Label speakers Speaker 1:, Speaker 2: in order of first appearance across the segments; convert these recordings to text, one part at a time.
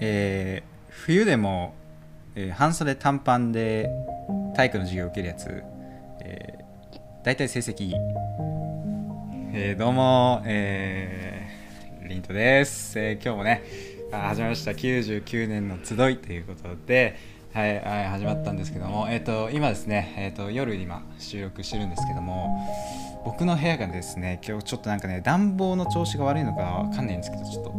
Speaker 1: えー冬でも、えー半袖短パンで体育の授業を受けるやつ、えー、大体成績いい、えーどうも、えーリントです、えー今日もねあー始まりました99年の集いということではい、はい、始まったんですけども、えー、と今ですね、えー、と夜今収録してるんですけども僕の部屋がですね今日ちょっとなんかね暖房の調子が悪いのかわかんないんですけどちょっと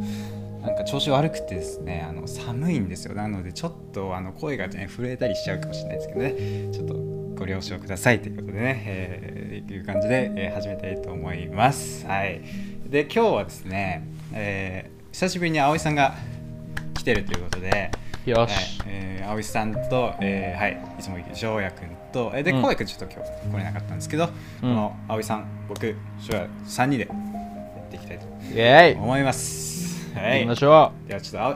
Speaker 1: なんか調子悪くてですねあの寒いんですよなのでちょっとあの声がね震えたりしちゃうかもしれないですけどねちょっとご了承くださいということでね、えーいう感じで、えー始めたいと思いますはいで今日はですね、えー久しぶりに葵さんが来てるということで
Speaker 2: よ
Speaker 1: はい
Speaker 2: し、
Speaker 1: えー、葵さんと、えーはい、いつもいる翔也くんと、えーで、
Speaker 2: うん
Speaker 1: 光也くんちょっと今日来れなかったんですけど、この葵さん、僕、翔也、3人でやっていきたいと
Speaker 2: イエー
Speaker 1: 思います。は
Speaker 2: イ行
Speaker 1: い
Speaker 2: きま。 しょ
Speaker 1: ではちょっと、あ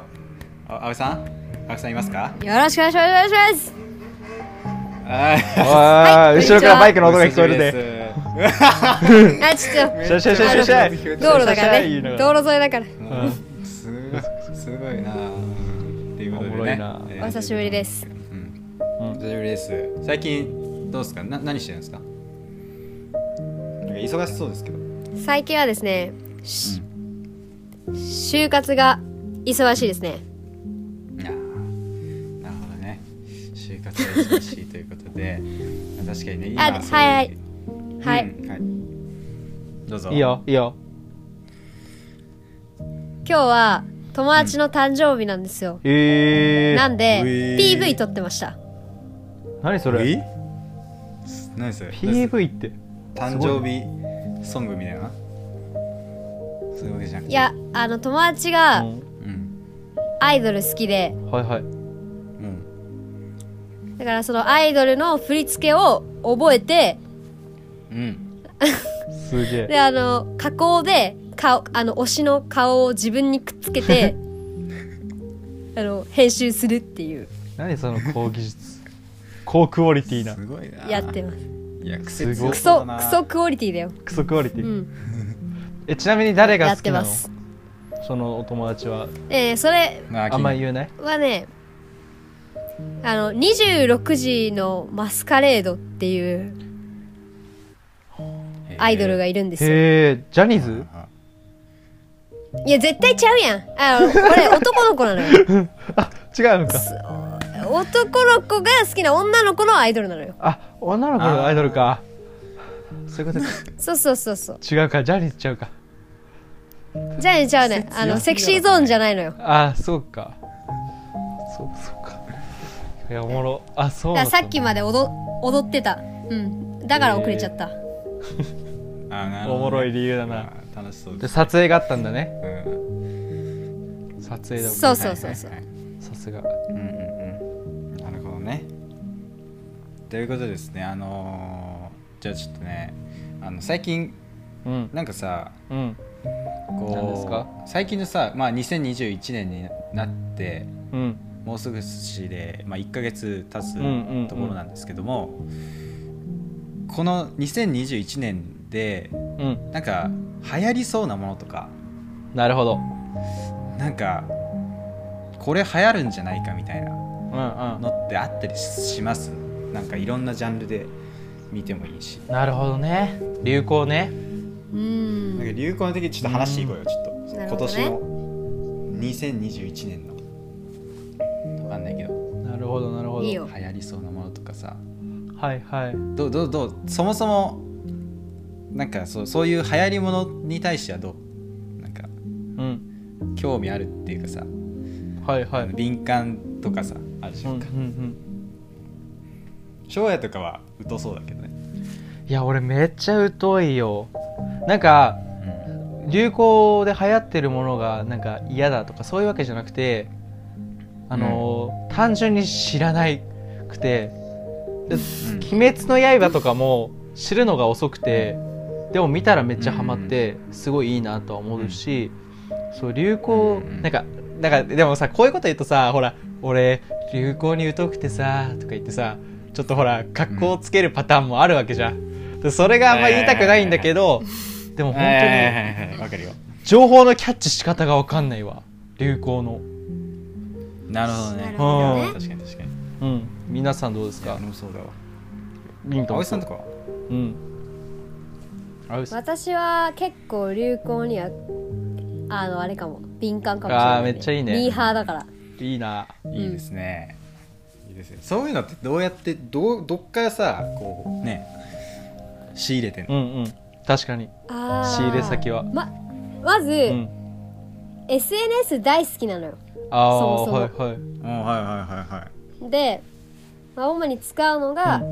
Speaker 1: おあ葵さん葵さんいますか
Speaker 3: よろしくお願いしますお願いします。
Speaker 2: う
Speaker 1: は
Speaker 2: わー
Speaker 3: はい
Speaker 2: 後ろからバイ ク
Speaker 1: い
Speaker 2: の音が聞こえるで
Speaker 1: で。
Speaker 3: あ、ちょっ
Speaker 2: シャシャシャシャシ
Speaker 3: あ
Speaker 2: ャ
Speaker 3: の
Speaker 2: イ
Speaker 3: と道路だから
Speaker 2: シャシャシャイ言
Speaker 3: ね
Speaker 2: いな。が
Speaker 3: 道
Speaker 2: ら
Speaker 3: 路沿いだから。
Speaker 1: もうすごいすごいなぁっていうことで
Speaker 2: おもろ
Speaker 1: ね
Speaker 2: いな。
Speaker 1: え
Speaker 3: お
Speaker 1: ー
Speaker 3: 久しぶりです。
Speaker 1: うん
Speaker 2: うん
Speaker 1: お久しぶりです。最近どうですかな何してるんですかなんか忙しそうですけど。
Speaker 3: 最近はですね、し就活が忙しいですね。
Speaker 1: いやーなるほどね就活が忙しいということでまあ確かにね今
Speaker 3: あ
Speaker 1: そうう
Speaker 3: はいは
Speaker 1: う
Speaker 3: いはい。
Speaker 1: んはいどうぞ
Speaker 2: いいよいいよ
Speaker 3: 今日は友達の誕生日なんですよ。
Speaker 2: え
Speaker 3: な
Speaker 2: ー
Speaker 3: んで
Speaker 1: うえー
Speaker 3: PV 撮ってました。
Speaker 2: 何そ
Speaker 1: え
Speaker 2: れ
Speaker 1: 何それ何それ
Speaker 2: PV って
Speaker 1: 誕生日ソングみたいなそういうわけじゃなくて
Speaker 3: いや、あの友達
Speaker 2: う
Speaker 3: が
Speaker 2: ん
Speaker 1: うん
Speaker 3: アイドル好きで、
Speaker 2: はいはい
Speaker 1: うん
Speaker 3: だからそのアイドルの振り付けを覚えて、
Speaker 1: うん
Speaker 2: すげえ
Speaker 3: であの加工で顔あの推しの顔を自分にくっつけてあの編集するっていう
Speaker 2: 何その高技術高クオリティな
Speaker 1: すごいな
Speaker 3: やってます
Speaker 1: いや癖
Speaker 2: すご
Speaker 1: 強
Speaker 2: い
Speaker 3: ク
Speaker 1: そうだ
Speaker 3: ソ
Speaker 1: な
Speaker 3: クソクオリティだよ、
Speaker 2: クソクオリテ
Speaker 3: う
Speaker 2: ィ
Speaker 3: ん、
Speaker 2: えちなみに誰
Speaker 3: や
Speaker 2: が
Speaker 3: っ
Speaker 2: 好
Speaker 3: て
Speaker 2: きな
Speaker 3: ま
Speaker 2: の
Speaker 3: す
Speaker 2: そのお友達は
Speaker 3: えー、それ
Speaker 1: な
Speaker 2: あんまり言えない
Speaker 3: はねあの26時のマスカレードっていうアイドルが
Speaker 1: い
Speaker 3: いるんですよ
Speaker 2: へえジャニーズ
Speaker 3: いや絶対ちゃうやんあのこれ男の子なのよ
Speaker 2: あ違うのか
Speaker 3: 男の子が好きな女の子のアイドルなのよ
Speaker 2: あ女の子のアイドルかそういうことか
Speaker 3: そうそうそうそう
Speaker 2: 違うかジャニーズちゃうか
Speaker 3: じゃあねちゃうねあのセクシーゾーンじゃないのよ
Speaker 2: ああそうかそうそうかいやおもろあそう
Speaker 3: だ
Speaker 2: だ
Speaker 3: からさっきまで踊踊ってたうんだから遅れちゃった、
Speaker 1: あなるほど
Speaker 2: おもろい
Speaker 1: ね
Speaker 2: 理由だな
Speaker 1: あー楽しそう
Speaker 2: で
Speaker 1: です
Speaker 2: 撮影があったんだね
Speaker 1: うん
Speaker 2: 撮影だ
Speaker 3: そうそうそうそう、
Speaker 1: はいはいはい
Speaker 2: さすが
Speaker 1: うんうんうんなるほどねということですねあのーじゃあちょっとねあの最近
Speaker 2: うん
Speaker 1: なんかさ
Speaker 2: うん何です
Speaker 1: こ
Speaker 2: か
Speaker 1: う最近のさ、まあ、2021年になって
Speaker 2: うん
Speaker 1: もうすぐしで、まあ、1ヶ月経つ
Speaker 2: うんうんうん
Speaker 1: ところなんですけども、この2021年で
Speaker 2: うん
Speaker 1: なんか流行りそうなものとか
Speaker 2: なるほど
Speaker 1: なんかこれ流行るんじゃないかみたいな
Speaker 2: うんうん
Speaker 1: のってあったりしますなんかいろんなジャンルで見てもいいし
Speaker 2: なるほどね流行ね
Speaker 3: う
Speaker 1: なんか
Speaker 3: ん
Speaker 1: 流行の時ちょっと話していこうよちょっと、
Speaker 3: な
Speaker 1: 今
Speaker 3: るほど
Speaker 1: 年
Speaker 3: ね
Speaker 1: の2021年のわかんないけど
Speaker 2: なるほどなるほど
Speaker 3: いい
Speaker 1: 流
Speaker 3: よ
Speaker 1: 行りそうなものとかさ
Speaker 2: はいはい
Speaker 1: どうどうどうそもそもなんかそうそういう流行りものに対してはどうなんか
Speaker 2: うん
Speaker 1: 興味あるっていうかさ、
Speaker 2: はいはい
Speaker 1: あの敏感とかさあるじ
Speaker 2: う
Speaker 1: ゃ
Speaker 2: んうんんう
Speaker 1: か
Speaker 2: ん
Speaker 1: 翔也とかは疎そうだけどね、
Speaker 2: いや俺めっちゃ疎いよなんか流行で流行ってるものがなんか嫌だとかそういうわけじゃなくてあのー単純に知らないくて「で
Speaker 1: う
Speaker 2: 鬼滅の刃」とかも知るのが遅くてでも見たらめっちゃハマってすごいいいなとは思うし、そう流行
Speaker 1: うん
Speaker 2: なんかなんかでもさこういうこと言うとさほら俺流行に疎くてさとか言ってさちょっとほら格好をつけるパターンもあるわけじゃん。でそれがあんま言いたくないんだけどでも
Speaker 1: ん、
Speaker 2: 本当に。
Speaker 1: にわかるよ
Speaker 2: 情報のキャッチし方がわかんないわ流行の
Speaker 1: なるほどね
Speaker 3: なる
Speaker 2: ほどね
Speaker 1: 確かに確かに
Speaker 2: うん皆さんどうです
Speaker 1: いや
Speaker 2: か
Speaker 1: 俺もそうだわ
Speaker 2: ミントン
Speaker 1: 青井さんとかは
Speaker 2: うん青井さん
Speaker 3: 私は結構流行にはあのあれかも敏感かもしれない、
Speaker 2: あーめっちゃいいね
Speaker 3: ミーハーだから
Speaker 2: いいない
Speaker 1: いですね、いいですねそういうのってどうやってどうどっからさこうね仕入れてんの、
Speaker 2: うんうん確かに
Speaker 3: あー
Speaker 2: 仕入れ先は
Speaker 3: ままず、
Speaker 2: うん
Speaker 3: SNS 大好きなのよ
Speaker 2: ああ
Speaker 3: そもそも
Speaker 2: はいはい
Speaker 1: うんはいはいはいはい
Speaker 3: で、まあ、主に使うのが、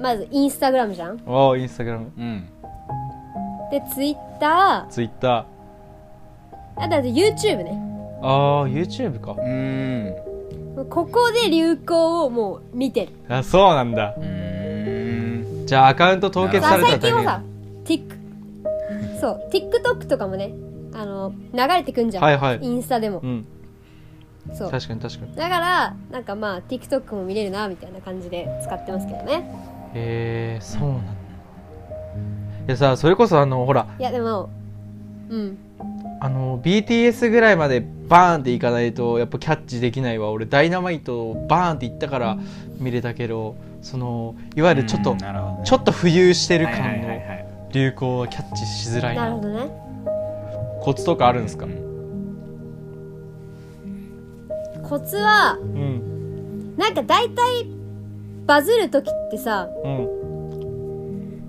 Speaker 3: まずインスタグラムじゃん
Speaker 2: ああインスタグラム
Speaker 1: うん
Speaker 3: でツイッター
Speaker 2: ツイッタ
Speaker 3: あとあと YouTube ね
Speaker 2: ーああ YouTube か
Speaker 1: うーん
Speaker 3: ここで流行をもう見てる
Speaker 2: あそうなんだ
Speaker 1: うーん
Speaker 2: じゃあアカウント凍結
Speaker 3: ま
Speaker 2: さ
Speaker 3: あ
Speaker 2: れたら
Speaker 3: 最近
Speaker 2: 大
Speaker 3: は
Speaker 2: 変
Speaker 3: さ Tik そう TikTok とかもねあの流れてくんじゃん、
Speaker 2: はいはい
Speaker 3: インスタでも
Speaker 2: うん
Speaker 3: そう
Speaker 2: 確かに確かに
Speaker 3: だからなんかまあ TikTok も見れるなみたいな感じで使ってますけどね
Speaker 2: へえそうなんだいやさそれこそあのほら
Speaker 3: いやでもうん
Speaker 2: あの BTS ぐらいまでバーンっていかないとやっぱキャッチできないわ俺ダイナマイトバーンっていったから見れたけどそのいわゆるちょっと、
Speaker 1: うんなるほどね
Speaker 2: ちょっと浮遊してる
Speaker 1: はい
Speaker 2: 感
Speaker 1: はいはい
Speaker 2: の
Speaker 1: はい
Speaker 2: 流行はキャッチしづらい
Speaker 3: なる
Speaker 2: な
Speaker 3: ほどね
Speaker 2: コツとかあるんですか
Speaker 1: うん
Speaker 3: コツは
Speaker 2: うん
Speaker 3: なんか大体バズる時ってさ
Speaker 2: うん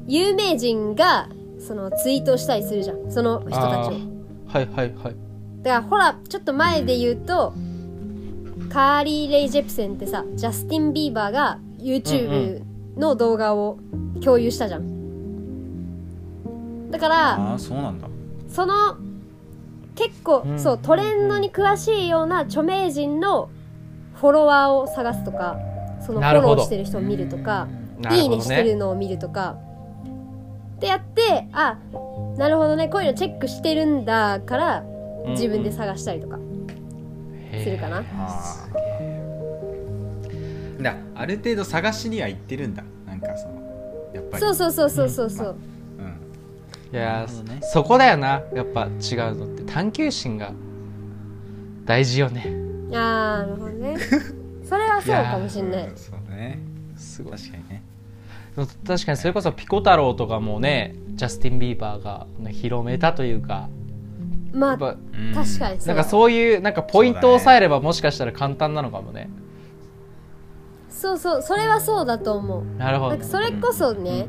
Speaker 3: 有名人がそのツイートしたりするじゃんその人た
Speaker 2: あ
Speaker 3: ちを
Speaker 2: ーはいはいはい
Speaker 3: だからほらちょっと前で言うと、カーリー・レイ・ジェプセンってさジャスティン・ビーバーが YouTube の動画を共有したじゃんだから
Speaker 1: ああそうなんだ
Speaker 3: その結構、
Speaker 2: うん
Speaker 3: そうトレンドに詳しいような著名人のフォロワーを探すとかそのフ
Speaker 2: な
Speaker 3: ォ
Speaker 2: る
Speaker 3: ロ
Speaker 2: ほ
Speaker 3: ー
Speaker 2: ど
Speaker 3: してる人を見るとか
Speaker 2: なる
Speaker 3: いい
Speaker 2: ほ
Speaker 3: ね
Speaker 2: ど
Speaker 3: してる
Speaker 2: ね
Speaker 3: のを見るとかってやってあなるほどねこういうのチェックしてるんだから自分で探したりとかするかな、
Speaker 1: あーだある程度探しには行ってるんだなんかそのやっぱり
Speaker 3: そうそうそうそうそうそう、
Speaker 1: うん
Speaker 2: いや
Speaker 1: なるほど
Speaker 2: ー、
Speaker 1: ね
Speaker 2: そこだよなやっぱ違うのって探求心が大事よね
Speaker 3: ああなるほどねそれはそうかもしんない
Speaker 1: そうね
Speaker 2: すごい
Speaker 1: 確かにね
Speaker 2: 確かにそれこそピコ太郎とかもねジャスティン・ビーバーが広めたというか
Speaker 3: ま
Speaker 2: や
Speaker 3: あ
Speaker 2: っぱ
Speaker 1: うん
Speaker 3: 確かにそう
Speaker 2: なんかそういうなんかポイントを押さえればもしかしたら簡単なのかもね
Speaker 3: そうそうそれはそうだと思う
Speaker 2: なるほ
Speaker 3: な
Speaker 2: ど
Speaker 3: んかそれこそね、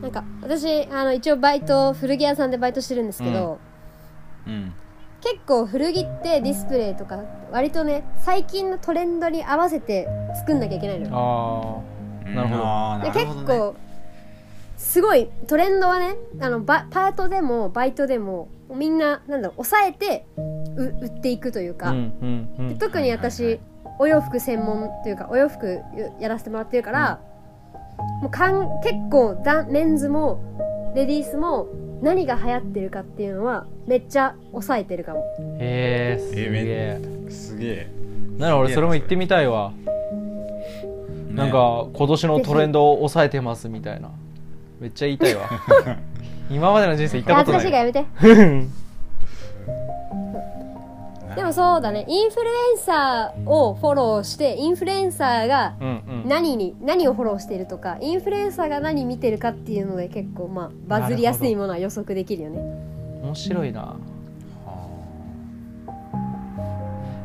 Speaker 3: なんか私あの一応バイト古着屋さんでバイトしてるんですけど、
Speaker 1: うん
Speaker 3: 結構古着ってディスプレイとか割とね最近のトレンドに合わせて作んなきゃいけないのよ
Speaker 2: あなるほど
Speaker 1: あー
Speaker 3: で
Speaker 1: なる
Speaker 3: 結
Speaker 1: ほどね
Speaker 3: 構すごいトレンドはねあのバパートでもバイトでもみんななんだろう抑えてう売っていくという
Speaker 2: あ
Speaker 3: か、
Speaker 2: うんうんう
Speaker 3: で
Speaker 2: ん
Speaker 3: 特に私、
Speaker 1: はいはい
Speaker 3: お洋服専門というかお洋服やらせてもらってるから、もうかん結構だメンズもレディースも何が流行ってるかっていうのはめっちゃ抑えてるかも
Speaker 2: へえすげ
Speaker 1: えめ
Speaker 2: え
Speaker 1: すげえ
Speaker 2: なら俺それも行ってみたいわ
Speaker 1: ね
Speaker 2: なんか今年のトレンドを抑えてますみたいなめっちゃ言いたいわ今までの人生行ったこ
Speaker 3: 恥
Speaker 2: と
Speaker 3: ず
Speaker 2: ない
Speaker 3: かしいからやめてでもそうだねインフルエンサーをフォローしてインフルエンサーが
Speaker 2: うんうん
Speaker 3: 何に何をフォローしてるとかインフルエンサーが何見てるかっていうので結構まあバズりやすいものは予測できるよね
Speaker 2: 面白いな
Speaker 1: あ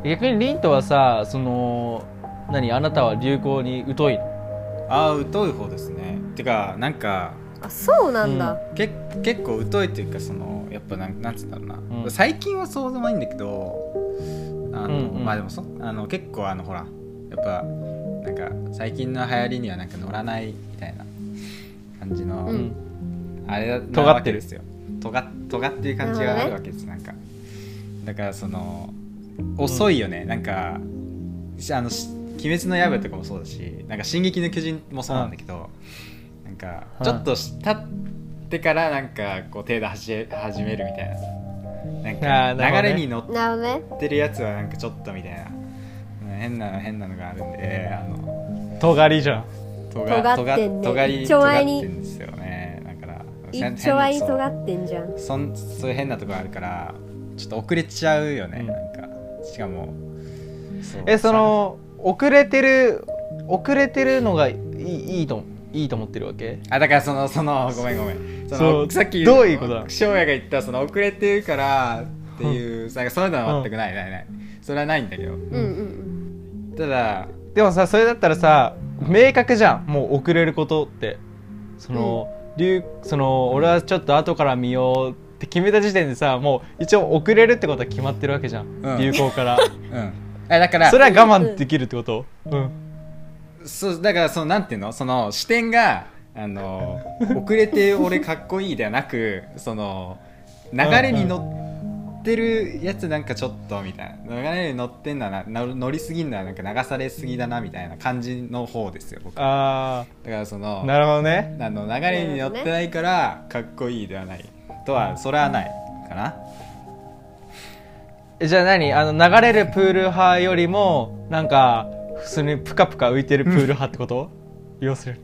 Speaker 2: 逆にリントはさその何あなたは流行に疎いの
Speaker 1: ーあー疎い方ですねてかなんか
Speaker 3: あそうなんだ、
Speaker 1: け結構疎いというかそのやっぱなんなんつうんだろうな、
Speaker 2: うん
Speaker 1: 最近はそうでもないんだけどあの、
Speaker 2: うんうん
Speaker 1: まあでもそあの結構あのほらやっぱなんか最近の流行りにはなんか乗らないみたいな感じの、
Speaker 3: うん
Speaker 1: あれだ
Speaker 2: 尖ってる
Speaker 1: ですよ尖尖ってる感じがあるわけです、なんかだからその遅いよね、なんかしあのし鬼滅の刃とかもそうだしなんか進撃の巨人もそうなんだけど、なんか
Speaker 2: うん
Speaker 1: ちょっとし経ってからなんかこう手出し始めるみたいなな
Speaker 2: あー
Speaker 1: ん
Speaker 2: なるほ
Speaker 1: か
Speaker 2: どね
Speaker 1: 流れに乗っ
Speaker 3: なるほどね
Speaker 1: てるやつはなんかちょっとみたいな変な変なのがあるんであの
Speaker 2: 尖りじゃん
Speaker 1: と
Speaker 3: 尖ってんね
Speaker 1: とがり
Speaker 3: 一丁前に
Speaker 1: 尖ってんですよねだから
Speaker 3: 一丁前に
Speaker 1: そう
Speaker 3: 尖ってんじゃん
Speaker 1: そんそういう変なとこあるからちょっと遅れちゃうよね、
Speaker 2: うん
Speaker 1: なんかしかもそう
Speaker 2: えその遅れてる遅れてるのがいいいいといいと思ってるわけ
Speaker 1: あだからそのそのごめんごめんその
Speaker 2: そう
Speaker 1: さっき
Speaker 2: どういうことだ
Speaker 1: 翔也が言ったその遅れてるからっていう、なんかそういうのは全くないないないそれはないんだけど
Speaker 3: うんうん
Speaker 1: ただ
Speaker 2: でもさそれだったらさ明確じゃんもう遅れることってその,、流その俺はちょっと後から見ようって決めた時点でさもう一応遅れるってことは決まってるわけじゃん、
Speaker 1: うん
Speaker 2: 流行 から
Speaker 1: うんあだから
Speaker 2: それは我慢できるってことうん
Speaker 1: そうだからそのなんていうのその視点があの 遅れて俺かっこいいではなくその流れに乗ってるやつなんかちょっとみたいな流れに乗ってんだなな乗りすぎんだなんか流されすぎだなみたいな感じの方ですよ僕だか
Speaker 2: あ
Speaker 1: らその
Speaker 2: あなるほどね
Speaker 1: あの流れに乗ってないからかっこいいではないとはそれはないかな
Speaker 2: えじゃあ何あの流れるプール派よりもなんか普通にプカプカ浮いてるプール派ってこと、要するに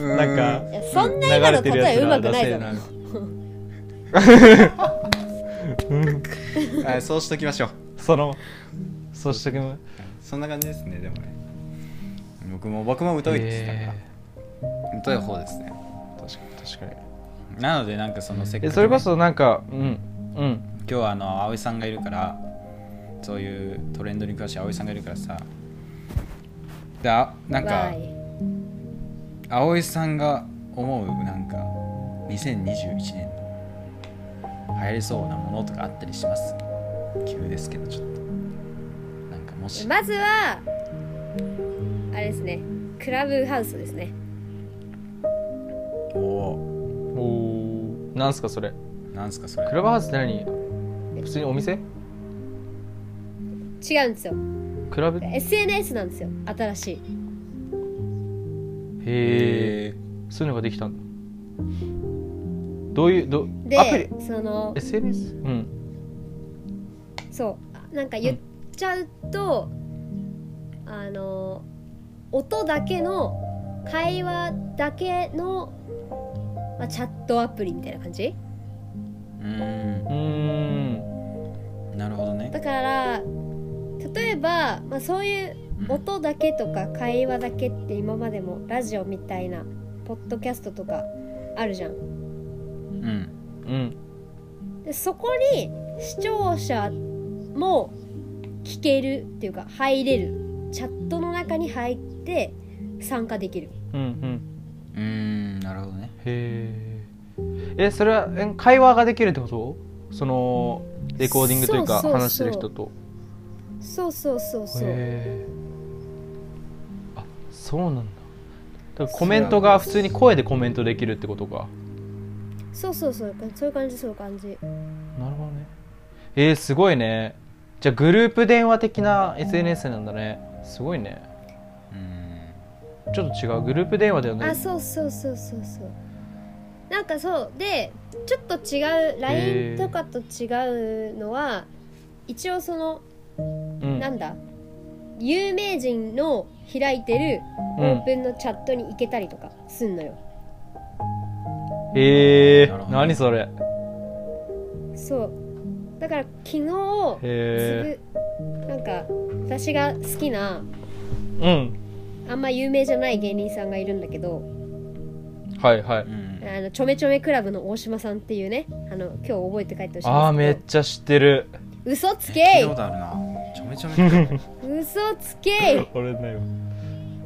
Speaker 2: なんか
Speaker 1: う
Speaker 3: いやそんな今の答えうまくないだろ
Speaker 1: ーんあそうしときましょう
Speaker 2: そのそうしとけば
Speaker 1: そんな感じですねでもね僕も僕も疎いですだから、疎い方ですね
Speaker 2: 確かに確かに
Speaker 1: なのでなんかそのせっかくね、
Speaker 2: えそれこそなんかうんうん
Speaker 1: 今日はあの葵さんがいるからそういうトレンドに詳しい葵さんがいるからさであなん
Speaker 3: わ
Speaker 1: か
Speaker 3: ーい
Speaker 1: 葵さんが思うなんか2021年の流行りそうなものとかあったりします急ですけどちょっとなんかもし
Speaker 3: まずはあれですねクラブハウスですね
Speaker 1: おお
Speaker 2: おなんすかそれ
Speaker 1: ーなんすかそれ
Speaker 2: クラブハウスって何普通にお店
Speaker 3: 違うんですよ
Speaker 2: クラブへ
Speaker 3: SNS なんですよ新しい
Speaker 1: え
Speaker 2: えそういうのができたんだどういうどアプ
Speaker 3: で
Speaker 2: リ
Speaker 3: その
Speaker 2: SNS? うん
Speaker 3: そうなんか言っちゃうと、あの音だけの会話だけの、まあ、チャットアプリみたいな感じ
Speaker 1: ー、うー
Speaker 2: うーん
Speaker 1: んなるほどね
Speaker 3: だから例えば、まあ、そういう音だけとか会話だけって今までもラジオみたいなポッドキャストとかあるじゃん
Speaker 1: うん
Speaker 2: うん
Speaker 3: でそこに視聴者も聞けるっていうか入れるチャットの中に入って参加できる
Speaker 2: うんうん
Speaker 1: うーんなるほどね
Speaker 2: へええそれはえ会話ができるってことそのレコーディングというか
Speaker 3: そうそうそう
Speaker 2: 話してる人と
Speaker 3: そうそうそうそう、
Speaker 2: へえあそうなんだだからコメントが普通に声でコメントできるってことか
Speaker 3: そうそうそうそういう感じそういう感じ
Speaker 2: なるほどねえー、すごいねじゃあグループ電話的な SNS なんだねすごいね
Speaker 1: うーん
Speaker 2: ちょっと違うグループ電話だよね
Speaker 3: あそうそうそうそうそうなんかそうでちょっと違う LINE とかと違うのは一応その
Speaker 2: うん
Speaker 3: なんだ有名人の開いてる
Speaker 2: う
Speaker 3: オ
Speaker 2: ん
Speaker 3: ー、プンのチャットに行けたりとかすんのよ
Speaker 1: なるほ
Speaker 2: えー、
Speaker 1: ど
Speaker 2: 何それ
Speaker 3: そうだから昨日
Speaker 2: へえ
Speaker 3: すぐなんか私が好きな
Speaker 2: うん
Speaker 3: あんま有名じゃない芸人さんがいるんだけど
Speaker 2: はいはい
Speaker 1: うん
Speaker 3: あのちょめちょめクラブの大島さんっていうねあの今日覚えて帰ってほしいんですけど
Speaker 2: あーめっちゃ知ってる
Speaker 3: 嘘つ
Speaker 1: 聞い
Speaker 3: け
Speaker 1: た
Speaker 3: い
Speaker 1: ことあるなちょめちょめ
Speaker 3: 嘘つけい
Speaker 2: 俺ないわ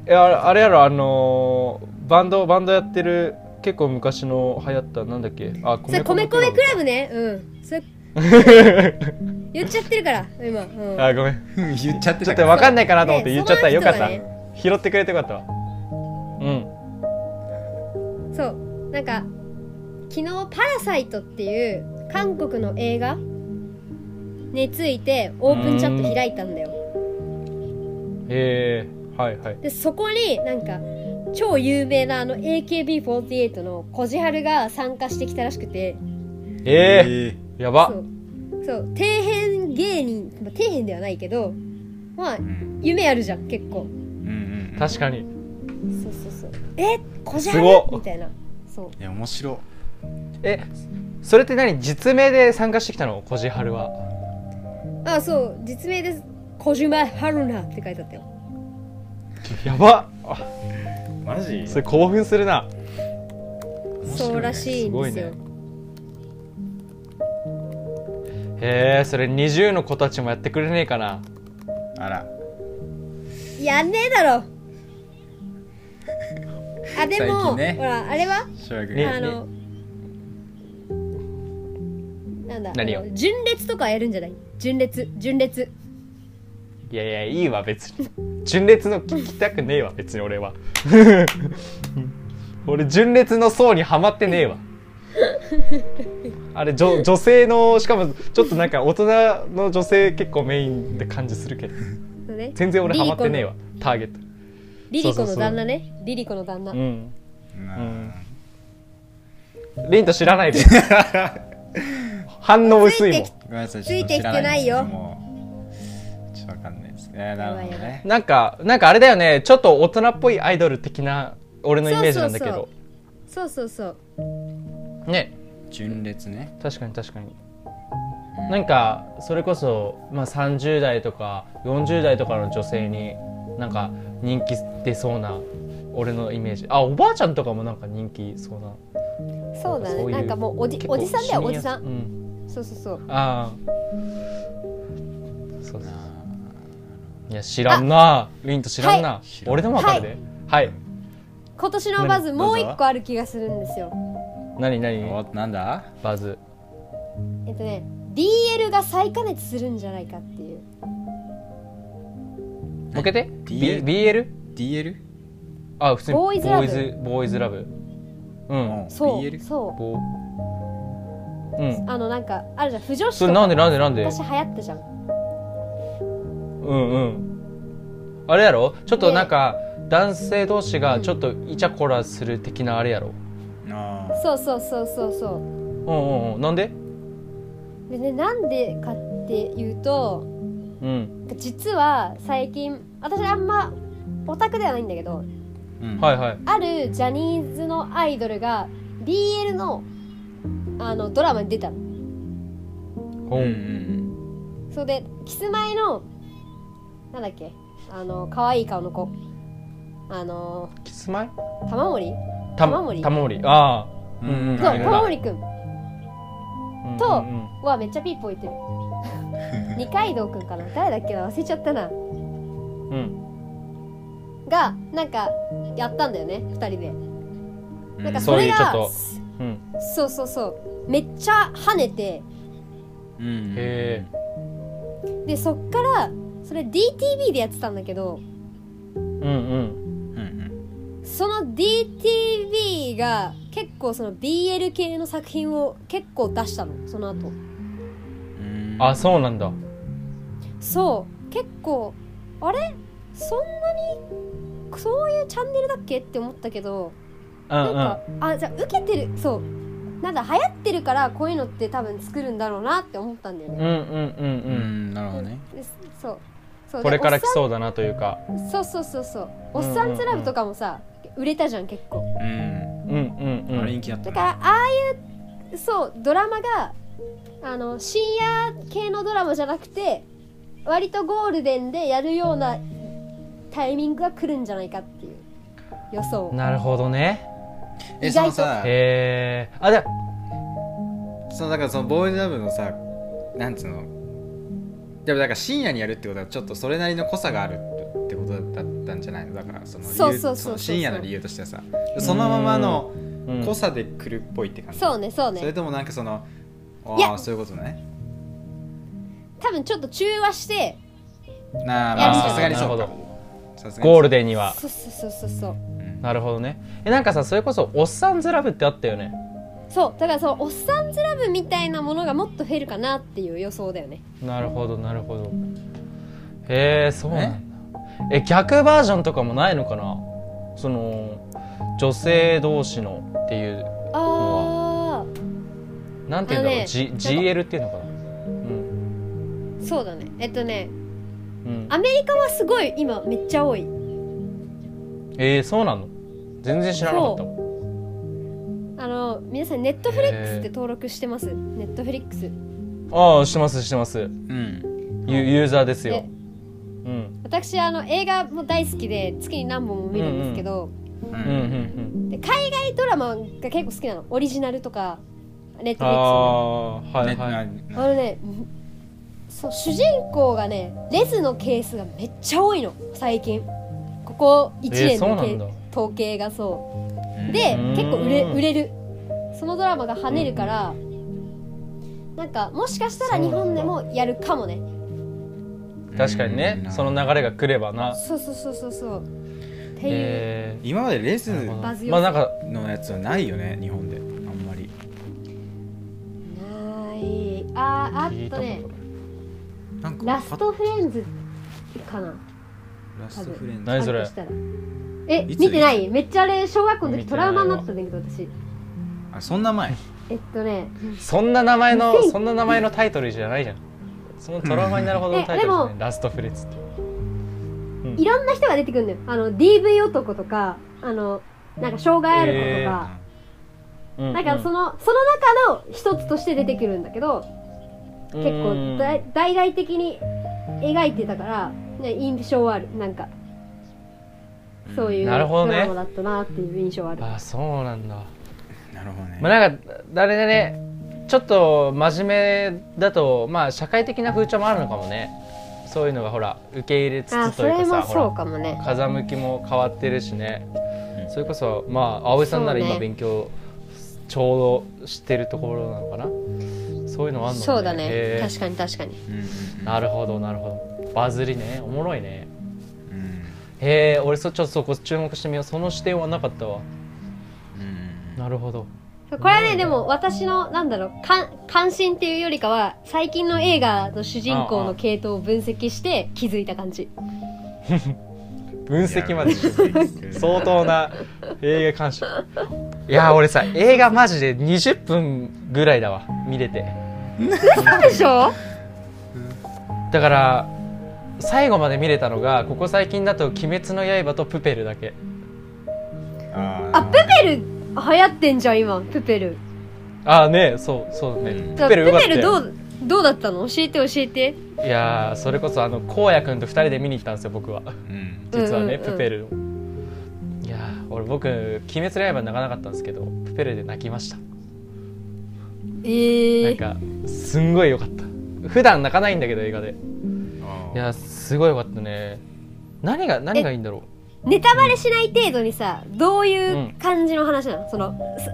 Speaker 2: えあれあれやろあのーバンドバンドやってる結構昔の流行ったなんだっけあ
Speaker 3: それ米米ク
Speaker 2: ラ
Speaker 3: ラブねうん それ言っちゃってるから今、うん、
Speaker 2: あごめん
Speaker 1: 言っちゃって
Speaker 2: ち
Speaker 1: た
Speaker 2: ょっと
Speaker 1: から
Speaker 2: 分かんないかなと思って
Speaker 3: ね
Speaker 2: 言っちゃった
Speaker 3: その
Speaker 2: よ
Speaker 3: 人
Speaker 2: かっ
Speaker 3: が
Speaker 2: た
Speaker 3: ね
Speaker 2: 拾ってくれてよかったわうん
Speaker 3: そうなんか昨日「パラサイト」っていう韓国の映画についてオープンチャット開いたんだよ
Speaker 2: えー、はいはい
Speaker 3: でそこになんか超有名なあの AKB48 のこじはるが参加してきたらしくて
Speaker 2: え
Speaker 1: え
Speaker 2: ー、や
Speaker 3: そ
Speaker 2: ば
Speaker 3: うそう底辺芸人、まあ、底辺ではないけどまあ
Speaker 1: ーうん
Speaker 3: 夢あるじゃん結構
Speaker 1: うんうんうん
Speaker 2: 確かに
Speaker 3: そうそうそうえこじは
Speaker 2: すご
Speaker 3: る
Speaker 2: っ
Speaker 3: みたいなそう
Speaker 1: いや面白
Speaker 2: えそれって何実名で参加してきたのこじはるは
Speaker 3: あそう実名で小島春菜って書いてあったよ
Speaker 2: やばあ
Speaker 4: マジ
Speaker 2: それ興奮するな
Speaker 3: そうらしいんですよ
Speaker 2: すへえそれ20の子たちもやってくれねえかな
Speaker 1: あら
Speaker 3: やんねえだろあで
Speaker 1: 最
Speaker 3: も、
Speaker 1: 近ね
Speaker 3: ほらあれは
Speaker 1: 小学
Speaker 2: ね
Speaker 1: 園
Speaker 3: あのなんだ
Speaker 2: 何を
Speaker 3: あの純烈とかやるんじゃない純烈純烈
Speaker 2: いやいやいいわ別に純烈の聞きたくねえわ別に俺は 俺純烈の層にはまってねえわあれ女女性のしかもちょっとなんか大人の女性結構メインって感じするけど
Speaker 3: のね
Speaker 2: 全然俺ハマってねえ
Speaker 3: わ
Speaker 2: わターゲット
Speaker 3: リリコの
Speaker 2: そうそうそう
Speaker 3: 旦那ねリリコの旦那
Speaker 2: うん
Speaker 1: うん
Speaker 2: リンと知らないで反応薄いもん
Speaker 1: ごめんなさい
Speaker 3: ついてきてないよ
Speaker 1: ちょっと知らないんですけどもうちょっとわかんないですねなるほど
Speaker 3: やばいや
Speaker 1: ね
Speaker 2: なんかなんかあれだよねちょっと大人っぽいアイドル的な俺のイメージなんだけど
Speaker 3: そうそうそうそう
Speaker 2: ね
Speaker 1: 純烈ね
Speaker 2: 確かに確かに
Speaker 1: うん
Speaker 2: なんかそれこそ、まあ、30代とか40代とかの女性になんか人気出そうな俺のイメージあおばあちゃんとかもなんか人気そうな
Speaker 3: そうだ
Speaker 2: そ
Speaker 3: ね
Speaker 2: ういう
Speaker 3: なんかもうおじ
Speaker 2: 結構
Speaker 3: おじさんだよ
Speaker 2: シ
Speaker 3: お
Speaker 2: ニア
Speaker 3: じさん
Speaker 2: うん
Speaker 3: そうそうそう
Speaker 2: ああそうだいや知らんなリンと知らんな、
Speaker 3: は
Speaker 2: 俺でもわかるではい、
Speaker 3: 今年のバズ
Speaker 1: 何
Speaker 3: もう
Speaker 1: どう
Speaker 3: 一
Speaker 1: ぞ
Speaker 3: 個ある気がするんですよ
Speaker 2: 何何
Speaker 1: おなんだ
Speaker 2: バズ
Speaker 3: えっとね DL が再加熱するんじゃないかっていう
Speaker 2: もう一回言って
Speaker 1: DL
Speaker 2: B- BL?
Speaker 1: DL?
Speaker 2: あ普通に
Speaker 3: ボーイズラブ
Speaker 2: ボーイズボーイズラブうん
Speaker 1: うん
Speaker 3: そう
Speaker 1: BL?
Speaker 3: そ
Speaker 2: ボーうん
Speaker 3: うあのなんかあるじゃん不女子
Speaker 2: そ
Speaker 3: と
Speaker 2: れ
Speaker 3: か
Speaker 2: なんでなんでなんで
Speaker 3: 昔流行ったじゃん
Speaker 2: うんうんあれやろちょっとなんか男性同士がちょっとイチャコラする的なあれやろ
Speaker 1: あー
Speaker 3: そうそうそうそうそう
Speaker 2: うんうんうんなんで
Speaker 3: でねなんでかっていうと
Speaker 2: うん
Speaker 3: 実は最近私あんまオタクではないんだけど
Speaker 1: うん
Speaker 2: はいはい
Speaker 3: あるジャニーズのアイドルが BL のあのドラマに出たの
Speaker 2: う
Speaker 1: うんうんん
Speaker 3: それでキスマイのなんだっけあの可愛い顔の子あの
Speaker 2: キスマイ
Speaker 3: 玉森
Speaker 2: た
Speaker 3: 玉森
Speaker 2: 玉森あ
Speaker 1: う
Speaker 2: うんん
Speaker 1: うん
Speaker 2: うん
Speaker 3: そう
Speaker 2: いるな
Speaker 3: 玉森くん
Speaker 2: あ
Speaker 3: と
Speaker 2: うんうん
Speaker 3: はめっちゃピーポ言ってる二階堂くんかな誰だっけな忘れちゃったな
Speaker 2: うん
Speaker 3: がなんかやったんだよね二人で
Speaker 1: うん
Speaker 3: なんか
Speaker 2: そ
Speaker 3: そうれ
Speaker 2: いうちょっ
Speaker 3: が
Speaker 2: とうん
Speaker 3: そうそうそうめっちゃ跳ねて
Speaker 1: うんうん
Speaker 2: へ
Speaker 3: でそっからそれ DTV でやってたんだけど
Speaker 2: うんうん
Speaker 1: うんうん
Speaker 3: その DTV が結構その BL 系の作品を結構出したのその後
Speaker 1: うん
Speaker 2: あそうなんだ
Speaker 3: そう結構あれそんなにそういうチャンネルだっけって思ったけど
Speaker 2: うん
Speaker 3: なん
Speaker 2: うん
Speaker 3: か、あじゃあ受けてるそうなんだ流行ってるからこういうのって多分作るんだろうなって思ったんだよ
Speaker 2: うんう
Speaker 3: ね、
Speaker 2: んうん
Speaker 1: う
Speaker 2: うん
Speaker 1: んなるほどね
Speaker 3: でそうそうで
Speaker 2: これから
Speaker 3: おっ
Speaker 2: 来そうだなというか
Speaker 3: さんそうそうそうそうお
Speaker 2: うんうんうん
Speaker 3: っさんずラブとかもさ売れたじゃん結構
Speaker 1: うん
Speaker 2: うんうんう
Speaker 1: あれ人
Speaker 2: ん
Speaker 1: 気だった
Speaker 3: だ
Speaker 1: ね
Speaker 3: からああいうそうドラマがあの深夜系のドラマじゃなくて割とゴールデンでやるようなタイミングが来るんじゃないかっていう予想
Speaker 2: なるほどね
Speaker 1: え
Speaker 3: 意
Speaker 1: そ
Speaker 3: 外
Speaker 1: の
Speaker 3: と
Speaker 1: さ
Speaker 2: へえあじゃ
Speaker 1: そのだからそのボーイズラブのさなんつうのでもだから深夜にやるってことはちょっとそれなりの濃さがあるってことだったんじゃないのだからその理由
Speaker 3: そうそうそうそう
Speaker 1: の深夜の理由としてはさそのままの
Speaker 2: うん
Speaker 1: 濃さで来るっぽいって感じ、
Speaker 3: そうねそうね
Speaker 1: それともなんかその
Speaker 3: い
Speaker 1: ああ
Speaker 3: や
Speaker 1: そういうことね
Speaker 3: 多分ちょっと中和して
Speaker 1: なあ
Speaker 3: いや
Speaker 1: まあさすがにそう
Speaker 2: な
Speaker 1: か
Speaker 2: るほ
Speaker 1: さすがに
Speaker 2: ゴールデンには
Speaker 3: そうそうそうそうそう
Speaker 1: うん
Speaker 2: なるほどねえなんかさそれこそ「おっさんずラブ」ってあったよね
Speaker 3: そうだからそのおっさんずラブみたいなものがもっと減るかなっていう予想だよね
Speaker 2: なるほどなるほどへえそうなんだえ逆バージョンとかもないのかなその女性同士のっていう
Speaker 3: あ
Speaker 2: なんていうんだろう、
Speaker 3: あのね
Speaker 2: G、
Speaker 3: んか
Speaker 2: GL っていうのかなうん
Speaker 3: あそうだねえっとね
Speaker 2: うん
Speaker 3: アメリカはすごい今めっちゃ多い
Speaker 2: えー、そうなの全然知らなかった
Speaker 3: そあの皆さんネットフリックスって登録してますネットフリックス
Speaker 2: ああしてますしてますユ
Speaker 1: うん
Speaker 2: ユーザーですよ
Speaker 3: え
Speaker 2: うん
Speaker 3: 私あの映画も大好きで月に何本も見るんですけど、
Speaker 1: う
Speaker 2: うんうん
Speaker 1: ん
Speaker 3: で海外ドラマが結構好きなのオリジナルとかネットフ
Speaker 2: あ
Speaker 3: リッ
Speaker 2: あ
Speaker 3: ク
Speaker 2: は
Speaker 1: ね
Speaker 2: いはい
Speaker 3: ス
Speaker 1: な
Speaker 3: のあのねそう主人公がねレズのケースがめっちゃ多いの最近ここ1
Speaker 2: えー
Speaker 3: 年
Speaker 2: そう
Speaker 3: の
Speaker 2: な
Speaker 3: け、
Speaker 2: んだ
Speaker 3: 統計がそう
Speaker 1: うん
Speaker 3: で
Speaker 2: うん
Speaker 3: 結構売れ売れるそのドラマが跳ねるからなんかもしかしたら日本でもやるかもね
Speaker 2: 確かにね
Speaker 1: うん
Speaker 2: その流れが来ればな
Speaker 3: そうそうそうそうそうっていう、
Speaker 2: え
Speaker 1: 今までレス
Speaker 2: ー
Speaker 3: バズ要
Speaker 2: まあ
Speaker 3: 素
Speaker 2: なんか
Speaker 1: のやつはないよね日本であんまり
Speaker 3: ないあー
Speaker 2: 聞
Speaker 3: あ
Speaker 2: い
Speaker 3: と
Speaker 2: たこと
Speaker 3: ね
Speaker 1: なんか
Speaker 3: ラストフレンズかな
Speaker 1: ラストフレンズ
Speaker 2: 何それ
Speaker 3: あるとしたらえ
Speaker 1: いつ
Speaker 3: 見てないめっちゃあれ小学校の
Speaker 2: 見
Speaker 3: 時
Speaker 2: て
Speaker 3: ト
Speaker 2: ない
Speaker 3: ラ
Speaker 2: わ
Speaker 3: ウマになったんだけど私
Speaker 1: あそんな前
Speaker 3: えっとね
Speaker 2: そんな名前の
Speaker 3: 2000
Speaker 2: そんな名前のタイトルじゃないじゃんそのトラウマになるほどのタイトルじゃ
Speaker 3: え
Speaker 2: な
Speaker 3: で
Speaker 2: いラストフレッツって
Speaker 3: いろんな人が出てくるんだよあの DV 男とかあのなんか障害ある子とか、
Speaker 2: うん
Speaker 3: なんかその、その中の一つとして出てくるんだけど
Speaker 2: うん
Speaker 3: 結構大大々的に描いてたから、ね、印象はあるなんかそういう
Speaker 2: なるほど
Speaker 3: ド
Speaker 2: ね
Speaker 3: ラマだったなっていう印象はある
Speaker 2: あそうなんだ
Speaker 1: なるほどね、
Speaker 2: まあなんか誰だねちょっと真面目だとまあ社会的な風潮もあるのかもねそういうのがほら受け入れつ
Speaker 3: あ
Speaker 2: つ
Speaker 3: そ
Speaker 2: というか
Speaker 3: れ
Speaker 2: さ
Speaker 3: も
Speaker 2: ほ
Speaker 3: そう
Speaker 2: ら
Speaker 3: かもね
Speaker 2: 風向きも変わってるしね、
Speaker 1: うん
Speaker 2: それこそまあ葵さんなら
Speaker 3: そう
Speaker 2: 今
Speaker 3: ね
Speaker 2: 勉強ちょうどしてるところなのかなそういうのあんのもね
Speaker 3: そうだ
Speaker 2: へ
Speaker 3: ね
Speaker 2: ー
Speaker 3: 確かに確かに
Speaker 1: うんうん
Speaker 2: なるほどなるほどバズりねおもろいね
Speaker 1: うん
Speaker 2: へえ俺そちょっとそこ注目してみようその視点はなかったわ
Speaker 1: うんうん
Speaker 2: なるほど
Speaker 3: これは
Speaker 2: う
Speaker 3: ね
Speaker 2: ん
Speaker 3: でも私のなんだろうか関心っていうよりかは最近の映画の主人公の系統を分析して気づいた感じ
Speaker 2: 分析まで
Speaker 1: いや分析
Speaker 2: 相当な映画鑑賞いや俺さ映画マジで20分ぐらいだわ見れて
Speaker 3: そうでしょ
Speaker 2: だから最後まで見れたのがここ最近だと「鬼滅の刃」と「プペル」だけ
Speaker 1: あー
Speaker 3: あプペル流行ってんじゃん今プペル
Speaker 2: ああねそうそうだね、
Speaker 1: うん
Speaker 2: プペ
Speaker 3: プペ
Speaker 2: ルよかった
Speaker 3: ルど
Speaker 2: よ
Speaker 3: うどうだったの教えて教えて
Speaker 2: いやーそれこそあの荒野くんと2人で見に行ったんですよ僕は
Speaker 1: うん
Speaker 2: 実はね、
Speaker 3: うんうんうん
Speaker 2: プペルをいやー俺僕「鬼滅の刃」泣かなかったんですけどプペルで泣きました
Speaker 3: え
Speaker 2: な
Speaker 3: え
Speaker 2: んかすんごい良かった普段泣かないんだけど映画で
Speaker 1: あー
Speaker 2: いやすごい良かったね何が何がいいんだろ
Speaker 3: ネタバレしない程度にさどういう感じの話なのそのす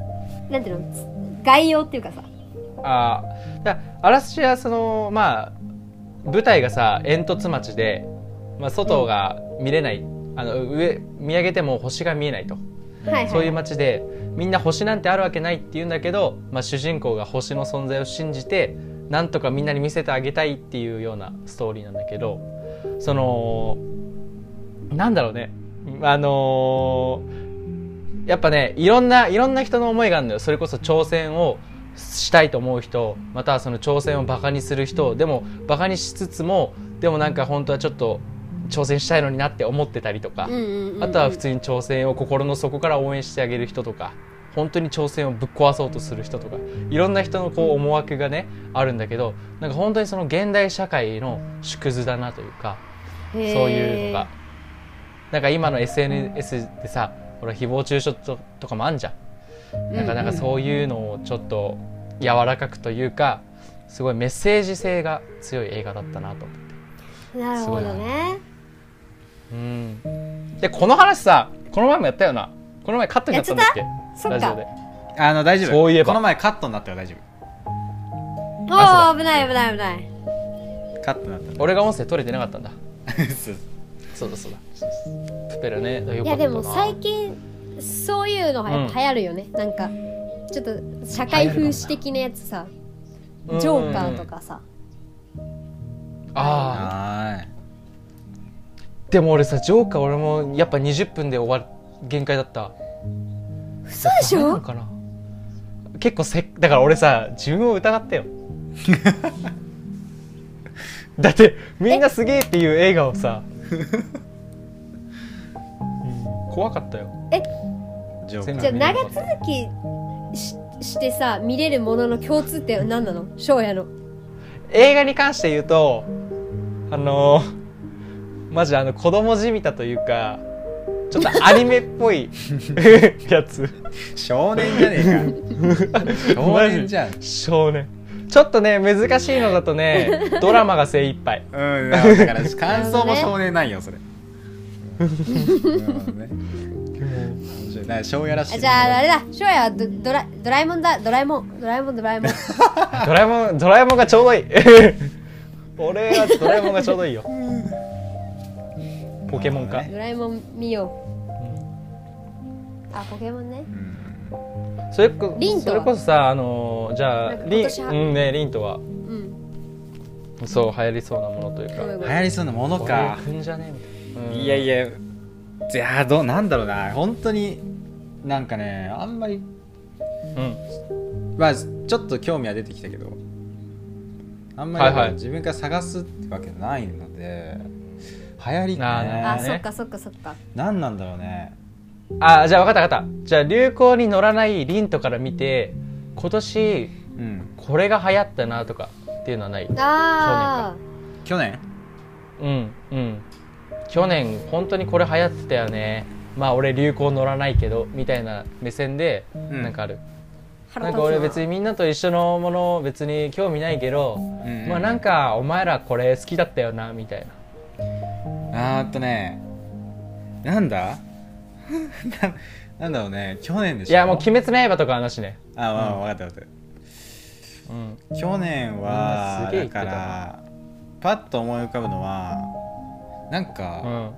Speaker 3: なんていうのす概要っていうかさ
Speaker 2: うあーだあらすじはそのまあ舞台がさ煙突町で、まあ、外が見れない、あの上見上げても星が見えないと
Speaker 3: はいはい
Speaker 2: そういう街でみんな星なんてあるわけないって言うんだけど、まあ、主人公が星の存在を信じてなんとかみんなに見せてあげたいっていうようなストーリーなんだけどそのなんだろうねあのーやっぱねいろんないろんな人の思いがあるのよそれこそ挑戦をしたいと思う人またはその挑戦をバカにする人でもバカにしつつもでもなんか本当はちょっと挑戦したいのになって思ってたりとか。
Speaker 3: うんうんうんうん
Speaker 2: あとは普通に挑戦を心の底から応援してあげる人とか本当に挑戦をぶっ壊そうとする人とかいろんな人のこう思惑がねあるんだけどなんか本当にその現代社会の縮図だなというか
Speaker 3: そう
Speaker 2: そういうのがなんか今の SNS でさほら誹謗中傷ととかもあんじゃんなかなかそういうのをちょっと柔らかくというかすごいメッセージ性が強い映画だったなと思って。
Speaker 3: なるほどね
Speaker 2: うんでこの話さこの前もやったよなこの前カットになったんだっけ
Speaker 3: そ
Speaker 2: ラ
Speaker 3: っ
Speaker 2: ジオ
Speaker 3: か
Speaker 2: で
Speaker 1: あの大丈夫
Speaker 2: そういえば
Speaker 1: この前カットになったから大丈
Speaker 3: お
Speaker 2: あ
Speaker 3: おー危ない危ない危ない
Speaker 1: 夫カットになった
Speaker 2: 俺が音声取れてなかったんだ
Speaker 1: そう
Speaker 2: そうだそうだプペルねよかったない
Speaker 3: やでも最近そういうのはやっぱ流行るよね、なんかちょっと社会風刺的なやつさ
Speaker 2: うん
Speaker 3: ジョーカーとかさ、
Speaker 2: ああ
Speaker 1: は
Speaker 2: でも俺さジョーカー俺もやっぱ20分で終わる限界だった
Speaker 3: 嘘で
Speaker 2: ダ
Speaker 3: し
Speaker 2: メなの
Speaker 3: ょ
Speaker 2: かな結構せだから俺さ自分を疑った よだってみんなすげえっていう映画を さ、うん怖かったよ
Speaker 1: ーいジョー
Speaker 2: 全
Speaker 1: カ
Speaker 2: 部
Speaker 1: ー
Speaker 3: じ
Speaker 2: 見れな
Speaker 3: ゃあ長
Speaker 2: かった
Speaker 3: 続きししてさ見れるものの共通点は何なの翔也の
Speaker 2: 映画に関して言うとあのーマジあの子供じみたというかちょっとアニメっ ぽいやつ
Speaker 1: 少年じゃね えか少年じゃんう
Speaker 2: 少年ちょっとね難しいのだとねドラマが精一杯
Speaker 1: んだから感想も少年ないよそ れうんなるほどね面白いなんか庄屋らしい
Speaker 3: じゃああれだ翔也はドドラドラえもんだドラえもんドラえもんドラえ もん
Speaker 2: ドラえもんドラえもんがちょうどいい俺はドラえもんがちょうどいいよポケモンか、
Speaker 3: ドラえもん見ようあポケモンね
Speaker 1: うん
Speaker 2: それこ
Speaker 3: リンと
Speaker 2: そ
Speaker 3: は
Speaker 2: れこそさあのーじゃ
Speaker 3: な
Speaker 2: あ
Speaker 3: んか
Speaker 2: リン
Speaker 3: 今年は
Speaker 2: うんねリンとは
Speaker 3: うん
Speaker 2: そう流行りそうなものというか
Speaker 3: ごめんご
Speaker 1: 流
Speaker 3: めん
Speaker 1: 行りそうなものか
Speaker 2: これ踏んじゃねみたいな、うん
Speaker 1: いやいやじゃあどうなんだろうな本当になんかねあんまり
Speaker 2: うん
Speaker 1: まあちょっと興味は出てきたけどあんまり
Speaker 2: はいはい
Speaker 1: 自分から探すってわけじゃないので、流行りか
Speaker 2: あー
Speaker 1: ね
Speaker 2: な
Speaker 3: あ
Speaker 2: るほどね
Speaker 3: そっかそっかそっか
Speaker 1: 何なんだろうね
Speaker 2: あじゃあ分かった分かったじゃあ流行に乗らないリンとから見て今年
Speaker 1: うん
Speaker 2: これが流行ったなとかっていうのはない
Speaker 3: あ
Speaker 1: 去年
Speaker 2: うんうん去年本当にこれ流行ってたよねまあ俺流行乗らないけどみたいな目線で
Speaker 1: ん
Speaker 2: なんかある、
Speaker 3: あ
Speaker 2: なんか俺別にみんなと一緒のもの別に興味ないけど、
Speaker 1: うん
Speaker 2: まあなんかお前らこれ好きだったよなみたいな
Speaker 1: あーっとねなんだ ななんだろうね去年でしょ
Speaker 2: いやもう「鬼滅の刃」とか話ね
Speaker 1: あまあ分かった分かっ
Speaker 2: うん
Speaker 1: た去年
Speaker 2: みん
Speaker 1: は
Speaker 2: なすげ
Speaker 1: だ
Speaker 2: え言って
Speaker 1: か
Speaker 2: たな
Speaker 1: らパッと思い浮かぶのはなんか、
Speaker 2: うん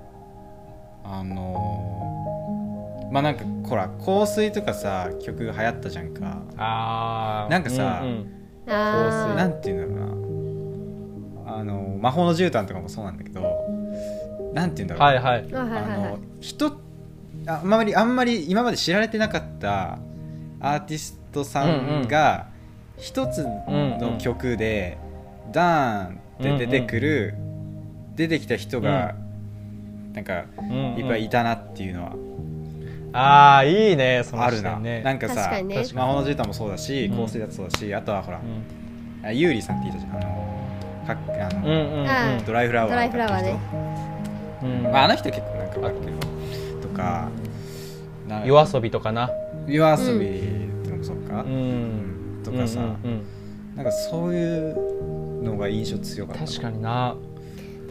Speaker 1: あのーまあなんかほら香水とかさ曲が流行ったじゃんか
Speaker 2: あー
Speaker 1: なんかさ
Speaker 2: う
Speaker 3: ああ
Speaker 2: うん
Speaker 3: ー
Speaker 1: なんていうんだろうなあのー魔法の絨毯とかもそうなんだけどなんていうんだろう、
Speaker 2: はいはい
Speaker 3: あはい
Speaker 1: あ
Speaker 3: はい
Speaker 1: の
Speaker 3: はい
Speaker 1: 人ああんまりあんまり今まで知られてなかったアーティストさんが一つの曲でダーンって出てくる、出てきた人が、なんか
Speaker 2: うんうん
Speaker 1: いっぱいいたなっていうのは
Speaker 2: ああいいねその
Speaker 1: あ
Speaker 2: 視
Speaker 1: るな、
Speaker 2: 点ね
Speaker 1: なんかさ
Speaker 3: 確かにね
Speaker 1: 魔法の絨毯もそうだし
Speaker 2: う
Speaker 1: 香
Speaker 2: ん
Speaker 1: 水だとそうだし、あとはほら、
Speaker 2: うん
Speaker 1: あユーリさんって言ったじゃんあのかっあ
Speaker 2: うん
Speaker 1: の、
Speaker 2: うんうん
Speaker 3: あ
Speaker 1: ドライフラワー
Speaker 3: ドライフラワーね
Speaker 2: うん
Speaker 1: まあ、あの人結構なんかわかるけどとかな
Speaker 2: 夜遊びとかな
Speaker 1: 夜遊びとかもそうか、
Speaker 2: うん
Speaker 1: とかさ、
Speaker 2: うんうん
Speaker 1: なんかそういうのが印象強か
Speaker 2: うん
Speaker 1: った
Speaker 2: 確かにな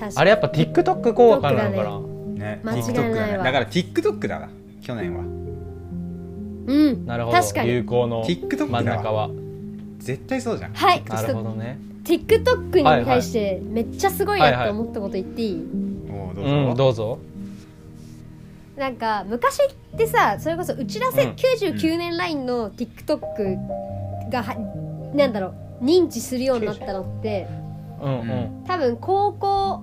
Speaker 3: 確か
Speaker 2: あれやっぱ TikTok 効果なの
Speaker 3: TikTok
Speaker 2: か
Speaker 3: だ
Speaker 2: な
Speaker 1: ね
Speaker 3: 間違いない
Speaker 1: TikTok だね
Speaker 3: わ
Speaker 1: だから TikTok だな去年は
Speaker 3: うん
Speaker 2: なるほ
Speaker 3: 確か
Speaker 2: ど
Speaker 3: に
Speaker 2: 流行の
Speaker 1: TikTok
Speaker 2: 真ん中は
Speaker 1: 絶対そうじゃん
Speaker 3: はいちょ
Speaker 2: な
Speaker 3: っ
Speaker 2: る
Speaker 3: と
Speaker 2: ほどね
Speaker 3: TikTok に対してめっちゃすごい
Speaker 2: はい
Speaker 3: な
Speaker 2: は
Speaker 3: っ
Speaker 2: い
Speaker 3: て思ったこと言っていい、
Speaker 1: もうどうぞ、
Speaker 2: うんどうぞ
Speaker 3: なんか昔ってさそれこそ内田
Speaker 2: うん
Speaker 3: 瀬99年ラインの TikTok がはなんだろう認知するようになったのって
Speaker 2: うんうん
Speaker 3: 多分高校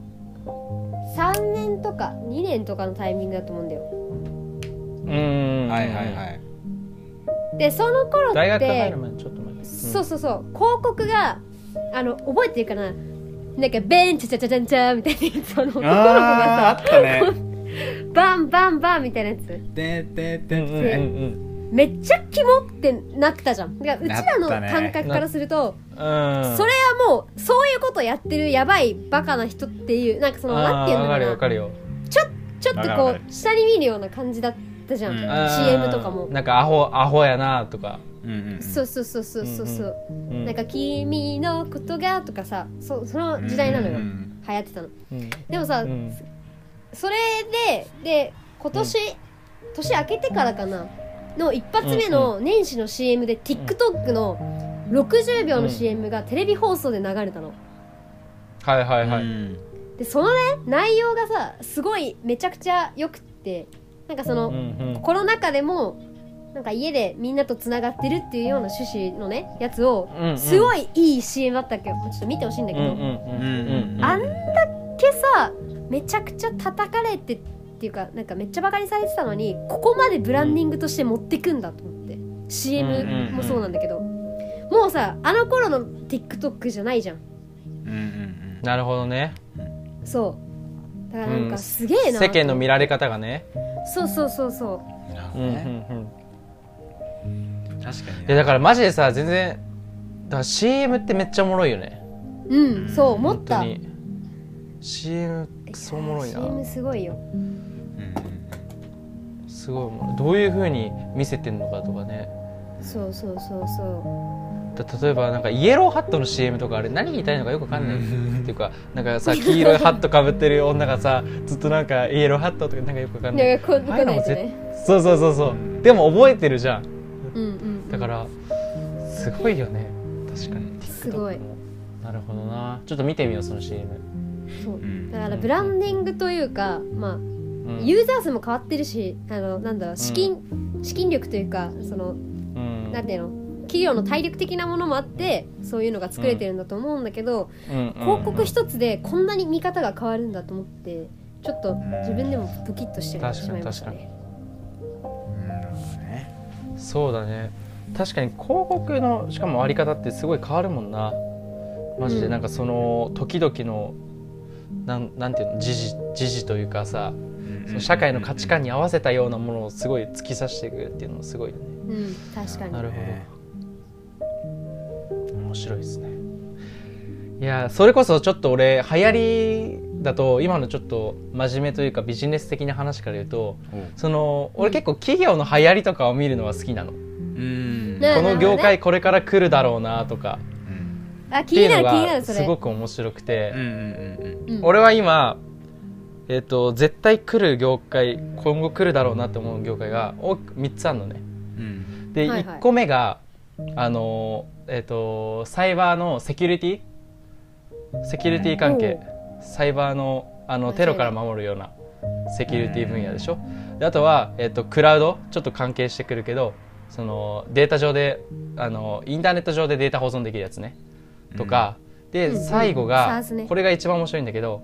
Speaker 3: 3年とか2年とかのタイミングだと思うんだよ
Speaker 2: うん
Speaker 1: はいはいはい
Speaker 3: でその頃って
Speaker 2: 大学入る前にちょっと待って
Speaker 3: そうそうそう広告があの覚えてるかななんかベンチャチャチャチャンチャみたいなやつその男の子
Speaker 1: あ
Speaker 3: が
Speaker 1: ーあった ね
Speaker 3: さバンバンバンみたいなやつ
Speaker 1: ででで
Speaker 2: うんうんうん
Speaker 3: めっちゃキモってなったじゃんだからうちら
Speaker 1: な
Speaker 3: の
Speaker 1: ったね
Speaker 3: 感覚からすると、
Speaker 2: うんうん
Speaker 3: それはもうそういうことやってるやばいバカな人っていうなんかそのなん
Speaker 2: あ
Speaker 3: ていう
Speaker 2: ー
Speaker 3: の
Speaker 2: わか
Speaker 3: か
Speaker 2: るよわ
Speaker 3: な
Speaker 2: かるよ
Speaker 3: ちょちょっと
Speaker 1: わかるわ
Speaker 3: こ
Speaker 1: か
Speaker 3: う下に見るような感じだったじゃん、
Speaker 1: うん
Speaker 3: CM とかも
Speaker 2: なんかアホアホやなとか
Speaker 1: うんうんうん
Speaker 3: そうそうそうそうそうそう、
Speaker 2: うん
Speaker 3: なんか「君のことが」とかさそその時代なのよ、
Speaker 1: うんうん
Speaker 3: 流行ってたの
Speaker 2: うん
Speaker 3: でもさ、
Speaker 2: うん
Speaker 3: それでで今年、年明けてからかなの一発目の年始の CM で TikTok の60秒
Speaker 2: う
Speaker 3: の
Speaker 2: ん
Speaker 3: CM がテレビ放送で流れたの
Speaker 2: はいは
Speaker 1: う
Speaker 2: い
Speaker 1: ん
Speaker 2: はい
Speaker 1: うん
Speaker 3: でそのね内容がさすごいめちゃくちゃよくってなんかその、
Speaker 2: うん
Speaker 3: コロナ禍でもなんか家でみんなとつながってるっていうような趣旨のねやつを
Speaker 2: うんうん
Speaker 3: すごいいい CM だったっけどちょっと見てほしいんだけ
Speaker 2: うん
Speaker 3: ど、
Speaker 2: う
Speaker 1: うん
Speaker 2: んう
Speaker 1: うん
Speaker 2: うん
Speaker 1: ん
Speaker 3: あんだけさめちゃくちゃ叩かれてっていうかなんかめっちゃバカにされてたのにここまでブランディングとして持ってくんだと思って
Speaker 2: うんうん
Speaker 3: CM
Speaker 2: うん
Speaker 3: もそうなんだけど、もうさあの頃の TikTok じゃないじゃん
Speaker 1: うんうん
Speaker 2: なるほどね
Speaker 3: そうだからなん
Speaker 2: う
Speaker 3: か
Speaker 2: ん
Speaker 3: すげえな、
Speaker 2: 世間の見られ方がね
Speaker 3: そうそうそうそ
Speaker 1: うんなる
Speaker 2: う
Speaker 1: ほど
Speaker 2: んうんう
Speaker 1: ね
Speaker 2: ん
Speaker 1: 確かに
Speaker 2: いやだからマジでさ全然だから CM ってめっちゃおもろいよね
Speaker 3: ううんそう思っ
Speaker 2: 本当
Speaker 3: た
Speaker 2: に CM
Speaker 3: いや
Speaker 2: そうおもろいな
Speaker 3: CM すごいよ
Speaker 1: うん
Speaker 2: すごいものどういう風に見せてんのかとかね
Speaker 3: そうそうそうそ
Speaker 2: だ例えばなんかイエローハットの CM とかあれ何言いたいのかよくわかんない
Speaker 1: うん
Speaker 2: っていうかなんかさ黄色いハットかぶってる女がさずっとなんかイエローハットとかなんかよくわか
Speaker 3: うん
Speaker 2: ない
Speaker 3: なんかこん
Speaker 2: あ
Speaker 3: な
Speaker 2: あいう
Speaker 3: こ
Speaker 2: の
Speaker 3: な
Speaker 2: も
Speaker 3: いと
Speaker 2: 絶
Speaker 3: ね
Speaker 2: そうそうそうそうでも覚えてるじゃん
Speaker 3: うんうん
Speaker 2: だからすごいよね確かに
Speaker 3: すごい
Speaker 2: TikTok もなるほどなちょっと見てみようその CM、
Speaker 3: そう
Speaker 1: うん
Speaker 3: だからブランディングというかまあ
Speaker 2: うん、
Speaker 3: ユーザー数も変わってるしあのなんだろう資金資金力というかその
Speaker 2: うん
Speaker 3: なんていうの企業の体力的なものもあってそういうのが作れてるんだと思うんだけど、
Speaker 2: うん
Speaker 3: 広告一つでこんなに見方が変わるんだと思ってちょっと自分でもドキッとしてるしまいましたね。
Speaker 1: うんなるほどね
Speaker 2: そうだね確かに広告のしかもあり方ってすごい変わるもんなマジ
Speaker 3: う
Speaker 2: で
Speaker 3: ん
Speaker 2: なんかその時々のなんなんていうの時事時事というかさその社会の価値観に合わせたようなものをすごい突き刺していくっていうのもすごいよね
Speaker 3: うん、確かに
Speaker 2: なるほ
Speaker 1: ね
Speaker 2: ど面白いですねいやそれこそちょっと俺流行りだと今のちょっと真面目というかビジネス的な話から言うと
Speaker 1: おう
Speaker 2: その俺結構企業の流行りとかを見るのは好きなの、
Speaker 1: うん
Speaker 3: ね
Speaker 2: この業界これから来るだろうなとか
Speaker 1: うん
Speaker 3: あ
Speaker 2: って
Speaker 3: 気
Speaker 2: い
Speaker 3: に
Speaker 2: うの
Speaker 3: なる気にな
Speaker 2: が
Speaker 3: るそ
Speaker 2: す
Speaker 3: れ
Speaker 2: ごく面白くて
Speaker 1: うんうんうんうん
Speaker 3: うん
Speaker 2: 俺は今、えっと絶対来る業界今後来るだろうなって思う業界が大きく3つあるのね
Speaker 1: うん
Speaker 2: で、
Speaker 3: はいはい
Speaker 2: 1個目があのえっとサイバーのセキュリティセキュリティ関係サイバーのあのテロから守るようなセキュリティ分野でしょであとは、えっとクラウドちょっと関係してくるけどそのデータ上であのインターネット上でデータ保存できるやつねとか、で、
Speaker 3: うんうん
Speaker 2: 最後が、
Speaker 3: SARS ね
Speaker 2: これが一番面白いんだけど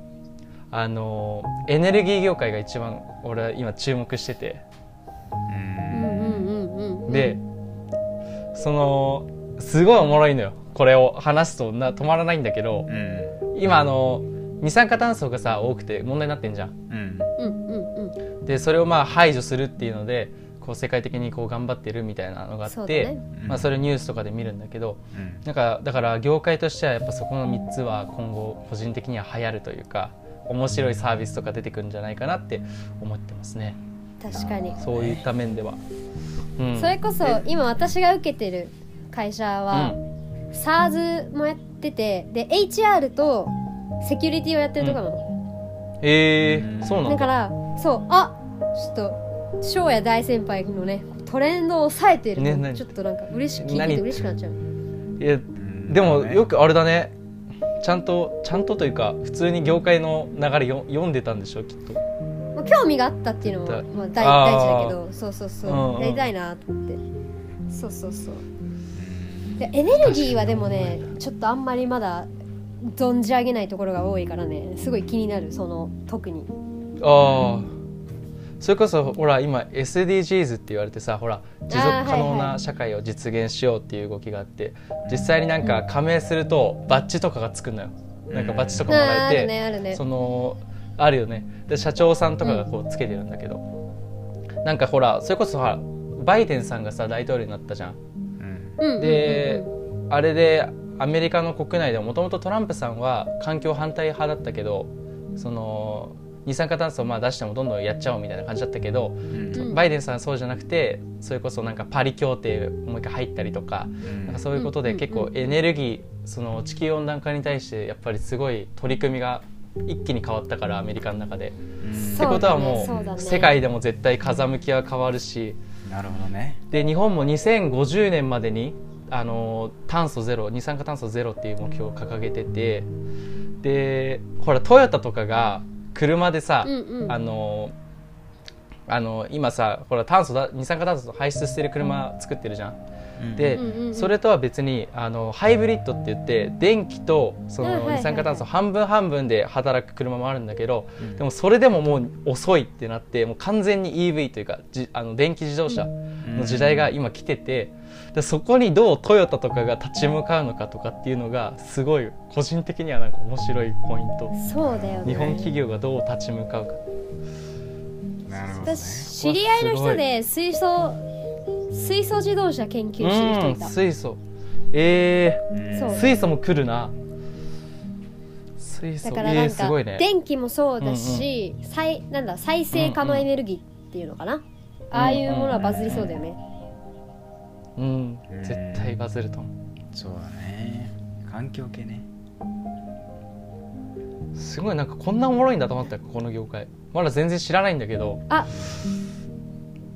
Speaker 2: あのエネルギー業界が一番俺は今注目してて
Speaker 1: うん
Speaker 3: うんうんうんうん
Speaker 2: で、そのすごいおもろいのよこれを話すとな止まらないんだけど
Speaker 1: うん
Speaker 2: 今あの二酸化炭素がさ多くて問題になってんじゃん
Speaker 1: うん
Speaker 3: うんうんうん
Speaker 2: でそれをまあ排除するっていうのでこう世界的にこう頑張ってるみたいなのがあ
Speaker 3: そ
Speaker 2: っ
Speaker 3: うだ
Speaker 2: て
Speaker 3: ね
Speaker 2: まあ、それニュースとかで見るんだけど
Speaker 1: うん
Speaker 2: なんかだから業界としてはやっぱそこの3つは今後個人的には流行るというか面白いサービスとか出てくるんじゃないかなって思ってますね
Speaker 3: 確かに、
Speaker 2: そういった面では、うん、
Speaker 3: それこそ今私が受けてる会社は、
Speaker 2: うん
Speaker 3: SARS もやっててで HR とセキュリティをやってるとこなの、
Speaker 2: えー、そうなんだ
Speaker 3: だからそうあちょっと翔也大先輩のねトレンドを抑えてる
Speaker 2: ね
Speaker 3: の、
Speaker 2: 何
Speaker 3: ちょっとなんか嬉し聞いて
Speaker 2: 何
Speaker 3: て嬉しくなっちゃう
Speaker 2: いや
Speaker 1: うん
Speaker 2: でもよくあれだねちゃんとちゃんとというか普通に業界の流れよ読んでたんでしょきっと
Speaker 3: まあ、興味があったっていうのも、まあ、大
Speaker 2: あー
Speaker 3: 大事だけどそうそうそう、
Speaker 2: うんうん
Speaker 3: やりたいなと思ってそうそうそうでエネルギーはでもねちょっとあんまりまだ存じ上げないところが多いからねすごい気になるその特に
Speaker 2: ああそれこそほら今 SDGs って言われてさほら持続可能
Speaker 3: はいは
Speaker 2: ない社会を実現しようっていう動きがあって実際になんか加盟するとバッジとかがつくのよなんかバッジとかもら
Speaker 3: あーあ
Speaker 2: え
Speaker 3: る
Speaker 2: て
Speaker 3: ねあるね
Speaker 2: そのあるよねで社長さんとかがこうつけてるんだけど、なんかほらそれこそほらバイデンさんがさ大統領になったじゃん
Speaker 1: うん
Speaker 3: うんうんうんうん
Speaker 2: であれでアメリカの国内でももともとトランプさんは環境反対派だったけどその二酸化炭素をまあ出してもどんどんやっちゃおうみたいな感じだったけど、
Speaker 3: うん
Speaker 2: バイデンさんはそうじゃなくてそれこそなんかパリ協定もう一回入ったりとかなんかそういうこと
Speaker 3: う
Speaker 2: で
Speaker 3: ん
Speaker 2: 結構エネルギーその地球温暖化に対してやっぱりすごい取り組みが一気に変わったからアメリカの中で。って
Speaker 3: そう
Speaker 2: ことはも
Speaker 3: そうだね
Speaker 2: う世界でも絶対風向きは変わるし
Speaker 1: なるほどね
Speaker 2: で日本も2050年までにあの炭素ゼロ二酸化炭素ゼロっていう目標を掲げててでほらトヨタとかが車でさ、
Speaker 3: うんうん
Speaker 2: あのあの今さほら炭素だ二酸化炭素排出してる車作ってるじゃん。で、
Speaker 3: うんうんうん
Speaker 2: それとは別にあのハイブリッドって言って電気とそ
Speaker 3: はいはい
Speaker 2: の
Speaker 3: はい
Speaker 2: 二酸化炭素半分半分で働く車もあるんだけど、
Speaker 1: うん
Speaker 2: でもそれでももう遅いってなってもう完全に EV というかじあの電気自動車の時代が今来てて、でそこにどうトヨタとかが立ち向かうのかとかっていうのがすごい個人的にはなんか面白いポイント
Speaker 3: そうだよね
Speaker 2: 日本企業がどう立ち向かうか
Speaker 1: なるほどね
Speaker 3: 私知り合いの人で水素水素自動車研究してる人
Speaker 2: う
Speaker 3: い
Speaker 2: ん
Speaker 3: た
Speaker 2: 水素えー
Speaker 1: うん
Speaker 3: そう
Speaker 2: 水素も来るな水素
Speaker 3: だ
Speaker 2: え
Speaker 3: からなん
Speaker 2: ーす
Speaker 3: か、
Speaker 2: ごいね
Speaker 3: 電気もそうだし、再なんだ再生可能エネルギーっていうのかな、ああいうものはバズりそうだよね、
Speaker 2: うん絶対バズると思
Speaker 1: そうだね環境系ね
Speaker 2: うすごいなんかこんなおもろいんだと思ったよこの業界まだ全然知らないんだけど
Speaker 3: あ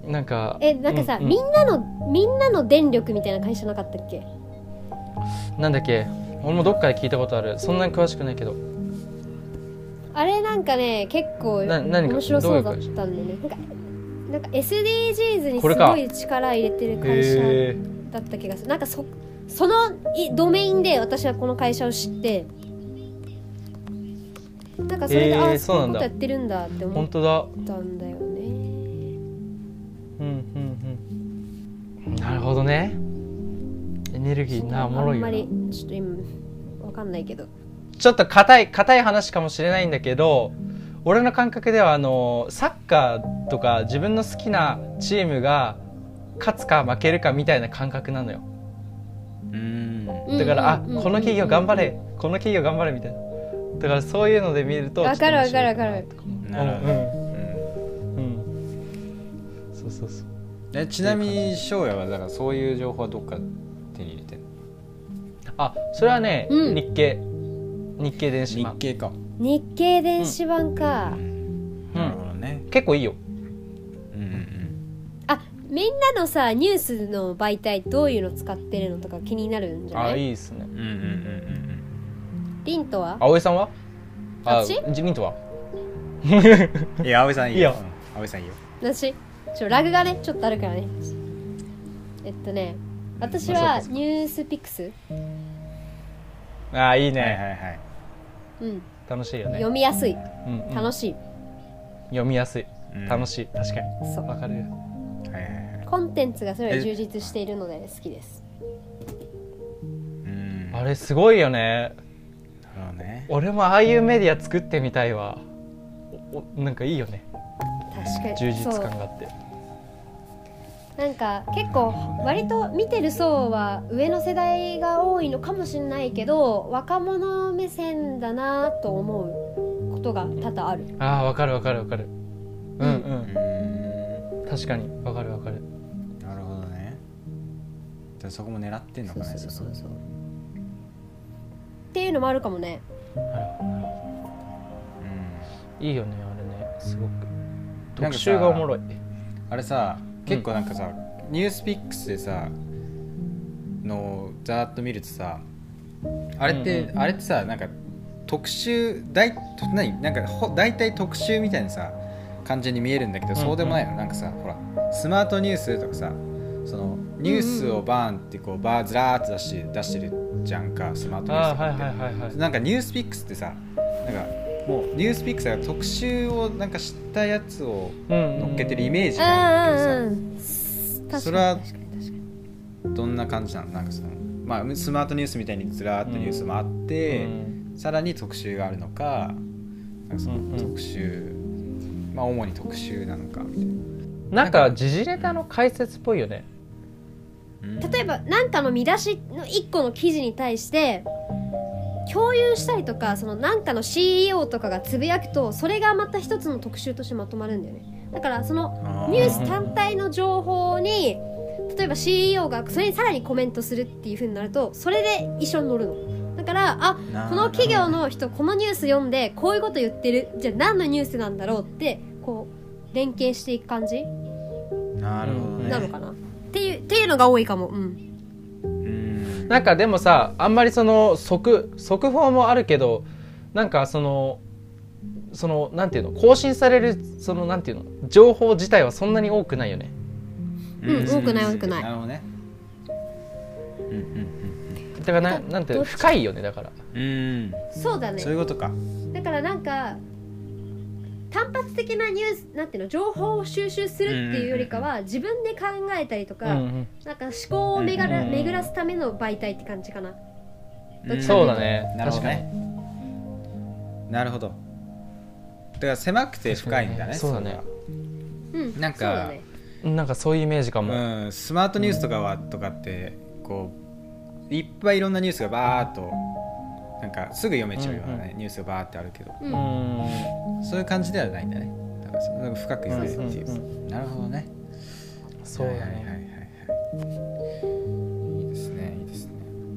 Speaker 2: なんか
Speaker 3: えなんかさ、
Speaker 2: うう
Speaker 3: みんなのみんなの電力みたいな会社なかったっけ
Speaker 2: なんだっけ俺もどっかで聞いたことあるそんなに詳しくないけど
Speaker 3: あれなんかね結構
Speaker 2: な何か
Speaker 3: 面白そう
Speaker 2: ど
Speaker 3: だっ
Speaker 2: ういう
Speaker 3: たんでねなんかなんか SDGs に
Speaker 2: これ
Speaker 3: す
Speaker 2: か
Speaker 3: ごい力入れてる会社
Speaker 2: へえ
Speaker 3: だった気がするなんかそそのいドメインで私はこの会社を知ってなんかそれで、
Speaker 2: へー
Speaker 3: あ
Speaker 2: そう
Speaker 3: そう
Speaker 2: な
Speaker 3: いうんこ
Speaker 2: だ
Speaker 3: とやってるんだって思
Speaker 2: 本
Speaker 3: っ
Speaker 2: 当だ
Speaker 3: たんだよね
Speaker 2: うんうんうんなるほどねエネルギーなおもろいよ
Speaker 3: あ
Speaker 2: な
Speaker 3: んまりちょっと今わかんないけど
Speaker 2: ちょっと硬い硬い話かもしれないんだけど俺の感覚ではあのサッカーとか自分の好きなチームが勝つか負けるかみたいな感覚なのよ
Speaker 1: うん
Speaker 2: だから、
Speaker 3: うんうんうん
Speaker 2: あこの企業頑張れこの企業頑張れみたいなだからそういうので見ると
Speaker 3: わかる
Speaker 2: ちょっと面白いな
Speaker 3: わかる
Speaker 2: と思う
Speaker 1: なるほど
Speaker 2: うんうん、うん、そうそうそう
Speaker 1: えちなみに翔也はだからそういう情報はどっか手に入れてんの
Speaker 2: あそれはね、
Speaker 3: うん
Speaker 2: 日経日経電子
Speaker 1: 日
Speaker 2: 版
Speaker 1: 経か、
Speaker 3: 日経電子版か、
Speaker 1: うん、なるほどね
Speaker 2: 結構いいよ
Speaker 1: うんうん
Speaker 3: あみんなのさニュースの媒体どういうの使ってるのとか気になるんじゃな
Speaker 2: あ
Speaker 3: い
Speaker 2: いいですね
Speaker 1: うんうんうん
Speaker 3: リントは
Speaker 2: 葵さんはあ
Speaker 3: 私
Speaker 2: 自民党は
Speaker 1: うんうんいや葵さんいいよ
Speaker 2: いいよ
Speaker 1: うん葵さんいいよ
Speaker 3: 私ちょラグがねちょっとあるからねえっとね私
Speaker 2: まあ
Speaker 3: は
Speaker 2: そうかそうか
Speaker 3: ニュースピックス、
Speaker 2: あいいね、
Speaker 1: はいはいはい
Speaker 3: うん、
Speaker 2: 楽しいよね
Speaker 3: 読みやすい
Speaker 2: うんうん
Speaker 3: 楽しい、
Speaker 2: 読みやすい、
Speaker 1: うん
Speaker 2: 楽しい確かに
Speaker 3: そう
Speaker 2: わかるよ
Speaker 1: はいはいはい
Speaker 3: コンテンツがそれは充実しているので好きです
Speaker 1: うん
Speaker 2: あれすごいよね
Speaker 1: なるほどね
Speaker 2: 俺もああいうメディア作ってみたいわおおなんかいいよね
Speaker 3: 確かに
Speaker 2: 充実
Speaker 3: そう
Speaker 2: 感があって
Speaker 3: なんか結構割と見てる層は上の世代が多いのかもしれないけど若者目線だなと思うことが多々ある
Speaker 2: ああわかるわかるわかるうんうん、
Speaker 1: う
Speaker 2: 確かにわかるわかる
Speaker 1: んなるほどねじゃあそこも狙ってんのかな
Speaker 3: そうそうそうそう
Speaker 1: そこ
Speaker 3: っていうのもあるかもね
Speaker 2: なるほどなるほ
Speaker 1: うん
Speaker 2: どいいよねあれねすごく
Speaker 1: なん
Speaker 2: 特
Speaker 1: かさ
Speaker 2: 集がおもろい
Speaker 1: あれさ結構なんかさ、ニュースピックスでさのざーっと見るとさあれって、
Speaker 2: うんう
Speaker 1: あれってさなんか特集大と何なんかほ大体特集みたいなさ感じに見えるんだけど、
Speaker 2: うんうん
Speaker 1: そうでもないのなんかさほらスマートニュースとかさそのニュースをバーンってこうバーずらーっと出して出してるじゃんかスマートニュー
Speaker 2: あ
Speaker 1: ス
Speaker 2: あ
Speaker 1: とか
Speaker 2: はい
Speaker 1: っ
Speaker 2: は
Speaker 1: て
Speaker 2: いはいはい
Speaker 1: なんかニュースピックスってさなんかもうニュースピックスが特集をなんか知ったやつを
Speaker 2: うん
Speaker 1: 乗っけてるイ
Speaker 2: ー
Speaker 1: メージ
Speaker 3: う
Speaker 1: があるんだけどさ、
Speaker 3: んうんうん
Speaker 1: それは
Speaker 3: 確かに確かに確かに
Speaker 1: どんな感じなのなんかその、まあ、スマートニュースみたいにずらーっとニュースもあって、さらに特集があるのかなんかそ
Speaker 2: うんう
Speaker 1: の
Speaker 2: ん
Speaker 1: 特集、まあ、主に特集なのかみたい
Speaker 2: なんか時事ネタの解説っぽいよね
Speaker 1: な。
Speaker 3: 例えば何かの見出しの1個の記事に対して共有したりとかその何かの CEO とかがつぶやくとそれがまた一つの特集としてまとまるんだよねだからその
Speaker 1: あ
Speaker 3: ニュース単体の情報に例えば CEO がそれにさらにコメントするっていう風になるとそれで一緒に乗るのだからあ
Speaker 1: な
Speaker 3: この企業の人このニュース読んでこういうこと言ってるじゃあ何のニュースなんだろうってこう連携していく感じ
Speaker 1: なるほどね
Speaker 3: なのかな、っていうっていうのが多いかもうん
Speaker 1: うん
Speaker 2: なんかでもさあんまりその速速報もあるけどなんかそのそのなんていうの更新されるそのなんていうの情報自体はそんなに多くないよね
Speaker 3: うん多くない多くない
Speaker 1: なるほどねうん
Speaker 2: だからななんていうの
Speaker 3: どっち
Speaker 2: 深いよねだから
Speaker 1: うんうんうん
Speaker 3: そうだね
Speaker 1: そういうことか
Speaker 3: だからなんか単発的なニュースなんていうの情報を収集するっていうよりかは自分で考えたりとか、
Speaker 2: うんうん
Speaker 3: なんか思考を巡
Speaker 2: うん
Speaker 3: ら
Speaker 2: うんうん
Speaker 3: 巡らすための媒体って感じかなどっちかといと
Speaker 2: そうだね
Speaker 1: なるほどねなるほどだから狭くて深いんだね
Speaker 2: そうだね
Speaker 3: うん
Speaker 1: なんか
Speaker 3: そうだね
Speaker 2: 確かになんかそういうイメージか
Speaker 1: それ
Speaker 2: も、
Speaker 1: はうんスマートニュースとかはとかってこういっぱいいろんなニュースがバーっとなんかすぐ読めちゃうような
Speaker 2: うん
Speaker 1: ね、ニュースがバーってあるけど
Speaker 3: う
Speaker 2: うんん
Speaker 1: そういう感じではないんだねだからその深く読めるっていう、
Speaker 2: うんう
Speaker 1: なるほどね
Speaker 2: そうだ
Speaker 1: はいはいはい
Speaker 2: ね
Speaker 1: はいいいですねいいですね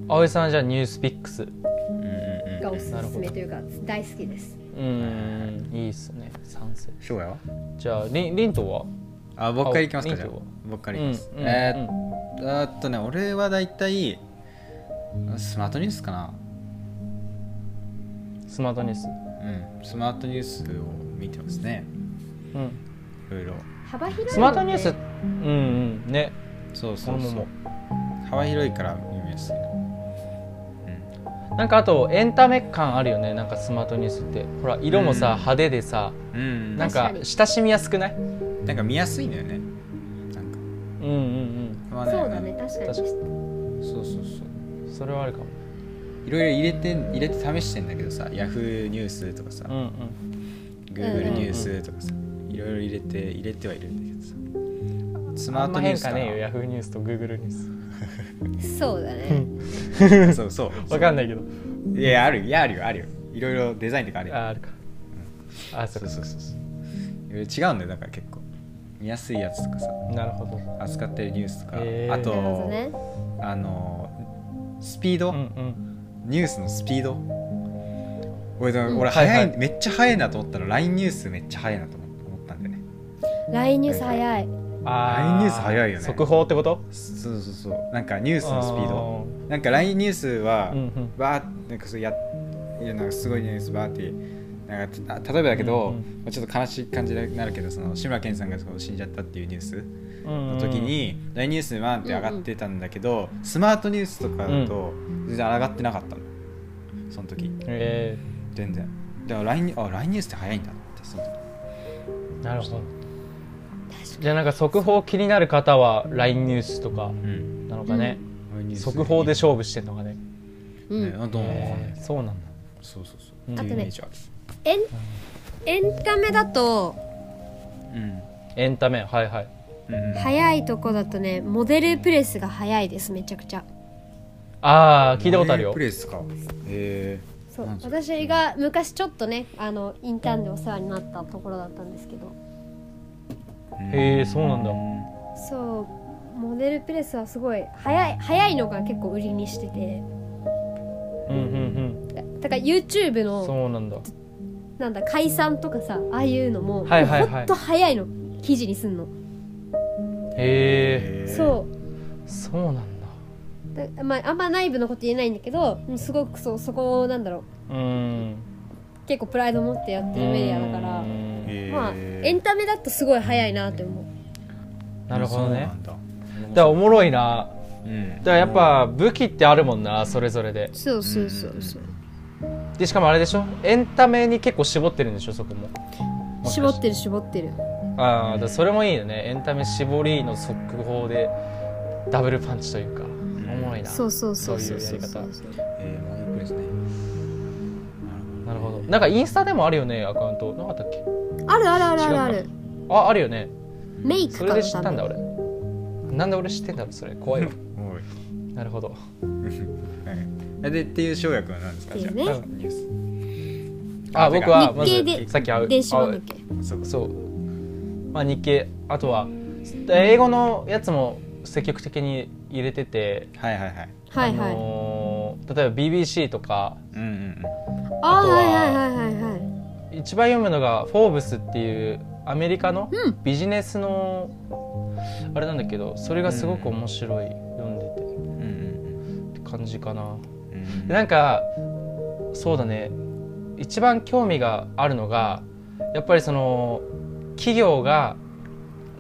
Speaker 2: 葵さんはじゃあニュースピックス
Speaker 1: うんうんうん
Speaker 3: がおすすめというか大好きです
Speaker 2: うんいいっすね賛成
Speaker 1: そうやわ
Speaker 2: じゃありんりんとは
Speaker 1: あ僕からいきます
Speaker 2: あ
Speaker 1: かじゃあ
Speaker 2: ミントは
Speaker 1: 僕からいき
Speaker 2: り
Speaker 1: ます、えーっあーっとね俺はだいたいスマートニュースかな
Speaker 2: スマートニュース
Speaker 1: うんスマートニュースを見てますね
Speaker 2: うん
Speaker 1: いろいろ
Speaker 3: 幅広いよね
Speaker 2: スマートニュースうんうんね
Speaker 1: そうそう
Speaker 2: 俺
Speaker 1: そ
Speaker 2: も
Speaker 1: う幅広いから見やすい
Speaker 2: なんかあとエンタメ感あるよねなんかスマートニュースってほら色もさ、
Speaker 1: うん
Speaker 2: 派手でさ
Speaker 1: うん、うん、
Speaker 2: なん
Speaker 3: 確
Speaker 2: か
Speaker 3: かに
Speaker 2: 親しみやすくないうん
Speaker 1: なんか見やすいんだよねなんか
Speaker 2: うんうん
Speaker 1: まあ
Speaker 3: そうだね確かに
Speaker 2: 確か
Speaker 1: そうそうそう
Speaker 2: それはあるかも
Speaker 1: いろいろ入れて入れて試してんだけどさ Yahoo ニュースとかさ、
Speaker 2: うん
Speaker 1: Google ニュースとかさいろいろ入れて入れてはいるんだけどさス
Speaker 2: ス
Speaker 1: マートニュース
Speaker 2: あ
Speaker 1: か
Speaker 2: ん
Speaker 1: な
Speaker 2: ま変化ねえよヤフーニュースとグーグルニュース
Speaker 3: そうだね
Speaker 1: そうそう
Speaker 2: わかんないけど
Speaker 1: いやあるいやあるよあるよいろいろデザインとかあるよ
Speaker 2: ああるかあそ
Speaker 1: そう
Speaker 2: れ
Speaker 1: そうそうそういろいろ違うんだよだから結構見やすいやつとかさ
Speaker 2: なるほど
Speaker 1: 扱ってるニュースとか、
Speaker 2: へー
Speaker 1: あと
Speaker 3: なるほどね
Speaker 1: あのスピード、
Speaker 2: うんうん
Speaker 1: ニュースのスピード俺だから
Speaker 3: うん
Speaker 1: 俺早い、
Speaker 2: はいはい
Speaker 1: めっちゃ早いなと思ったら LINE ニュースめっちゃ早いなと思思ったんだよね
Speaker 3: LINE ニュース早い
Speaker 2: あ
Speaker 1: LINE ニュース早いよね
Speaker 2: 速報ってこと
Speaker 1: そうそうそうなんかニュー
Speaker 2: ニ
Speaker 1: スのスピードなんか LINE ニュースは、
Speaker 2: うんうん
Speaker 1: バーってなんかそうやいやなんかすごいニュースバーってなんかた例えばだけど、
Speaker 2: うんうん
Speaker 1: まあちょっと悲しい感じになるけどその志村けんさんがこう死んじゃったっていうニュース
Speaker 2: うんうん
Speaker 1: の時に LINE ニュースでバーンって上がってたんだけど、スマートニュースとかだと全然上がってなかったのその時
Speaker 2: え
Speaker 1: 全然だから LINE あ LINE ニュースって早いんだってその時
Speaker 2: ーなるほど
Speaker 3: 確
Speaker 2: じゃあなんか速報気になる方は LINE ニュースとか
Speaker 1: うん
Speaker 2: なのかね、
Speaker 1: LINE ニュース
Speaker 2: 速報で勝負してんのがね
Speaker 3: う
Speaker 1: ね
Speaker 3: ん
Speaker 1: あと、
Speaker 2: へーそうなんだ
Speaker 1: そうそうそう、
Speaker 2: うん
Speaker 1: っていう
Speaker 3: あとね
Speaker 1: イメージある
Speaker 3: エンエンタメだと
Speaker 1: うん
Speaker 2: エンタメはいはい
Speaker 1: うんうん
Speaker 3: 早いとこだとねモデルプレスが早いですめちゃくちゃ
Speaker 2: ああ聞いたこと
Speaker 1: モデ
Speaker 2: ある
Speaker 1: ル
Speaker 2: よ
Speaker 1: プレスかへえ
Speaker 3: そう
Speaker 1: なんそれ
Speaker 3: 私が昔ちょっとねあのインターンでお世話になったところだったんですけど
Speaker 2: へえそうなんだ
Speaker 3: そうモデルプレスはすごい早い早いのが結構売りにしてて
Speaker 2: うんうん
Speaker 3: だだから YouTube
Speaker 2: う
Speaker 3: の
Speaker 2: んそうなんだ
Speaker 3: なんだ解散とかさああいうのも、
Speaker 2: はいはいはい
Speaker 3: もうほんと早いの記事にすんの、
Speaker 2: へえ
Speaker 3: そう
Speaker 2: そうなんだ
Speaker 3: だまあ、あんま内部のこと言えないんだけどうんすごくそうそこをなんだろう
Speaker 2: うん
Speaker 3: 結構プライド持ってやってるメディアだから
Speaker 2: うん
Speaker 1: へー
Speaker 3: まあエンタメだとすごい早いなって思う
Speaker 2: なるほどね
Speaker 1: そうなん
Speaker 2: だから
Speaker 1: だ
Speaker 2: おもろいな
Speaker 1: うん
Speaker 2: だからやっぱ武器ってあるもんなそれぞれで
Speaker 3: そう
Speaker 1: そうそうそう
Speaker 2: でしかもあれでしょエンタメに結構絞ってるんでしょそこももし
Speaker 3: 絞
Speaker 2: か
Speaker 3: っ
Speaker 2: して
Speaker 3: る絞ってる
Speaker 2: ああだからそれもいいよねエンタメ絞りの速報でダブルパンチというか、おもろいな
Speaker 3: そうそうそうそう
Speaker 2: そういうやり方
Speaker 1: えー、モデルプレスね
Speaker 2: なるほどなんかインスタでもあるよねアカウントなかったっけ
Speaker 3: あるあるあるあるあ
Speaker 2: 違う
Speaker 3: る
Speaker 2: ああるよね
Speaker 3: メイク
Speaker 2: そ
Speaker 3: か
Speaker 2: れ
Speaker 3: な
Speaker 2: で知ったんだ
Speaker 3: 多
Speaker 2: 俺なんで俺知ってんだろうそれ怖いわ
Speaker 1: おい
Speaker 2: なるほど
Speaker 1: はいでっていう翔也くんは何ですかじゃあ
Speaker 3: っていう
Speaker 2: ね
Speaker 1: ニュース
Speaker 2: あ
Speaker 1: あてか
Speaker 2: 僕はま
Speaker 3: 日
Speaker 2: ず
Speaker 3: 経で
Speaker 2: さっき会う
Speaker 3: 分電子版だっけ
Speaker 1: そうか
Speaker 2: そう、まあ、日経あとは英語のやつも積極的に入れてて、
Speaker 1: はいはいはい
Speaker 3: はいは
Speaker 2: あ
Speaker 3: い
Speaker 2: のー例えば BBC とか
Speaker 1: うんうん
Speaker 3: あー
Speaker 2: とは
Speaker 3: はいはいはいはいはい
Speaker 2: 一番読むのが「フォーブス」っていうアメリカの
Speaker 3: うん
Speaker 2: ビジネスのあれなんだけどそれがすごく面白い読んでて
Speaker 1: うんうん
Speaker 2: って感じかな。
Speaker 1: うんうん
Speaker 2: でなんかそうだね一番興味があるのがやっぱりその企業が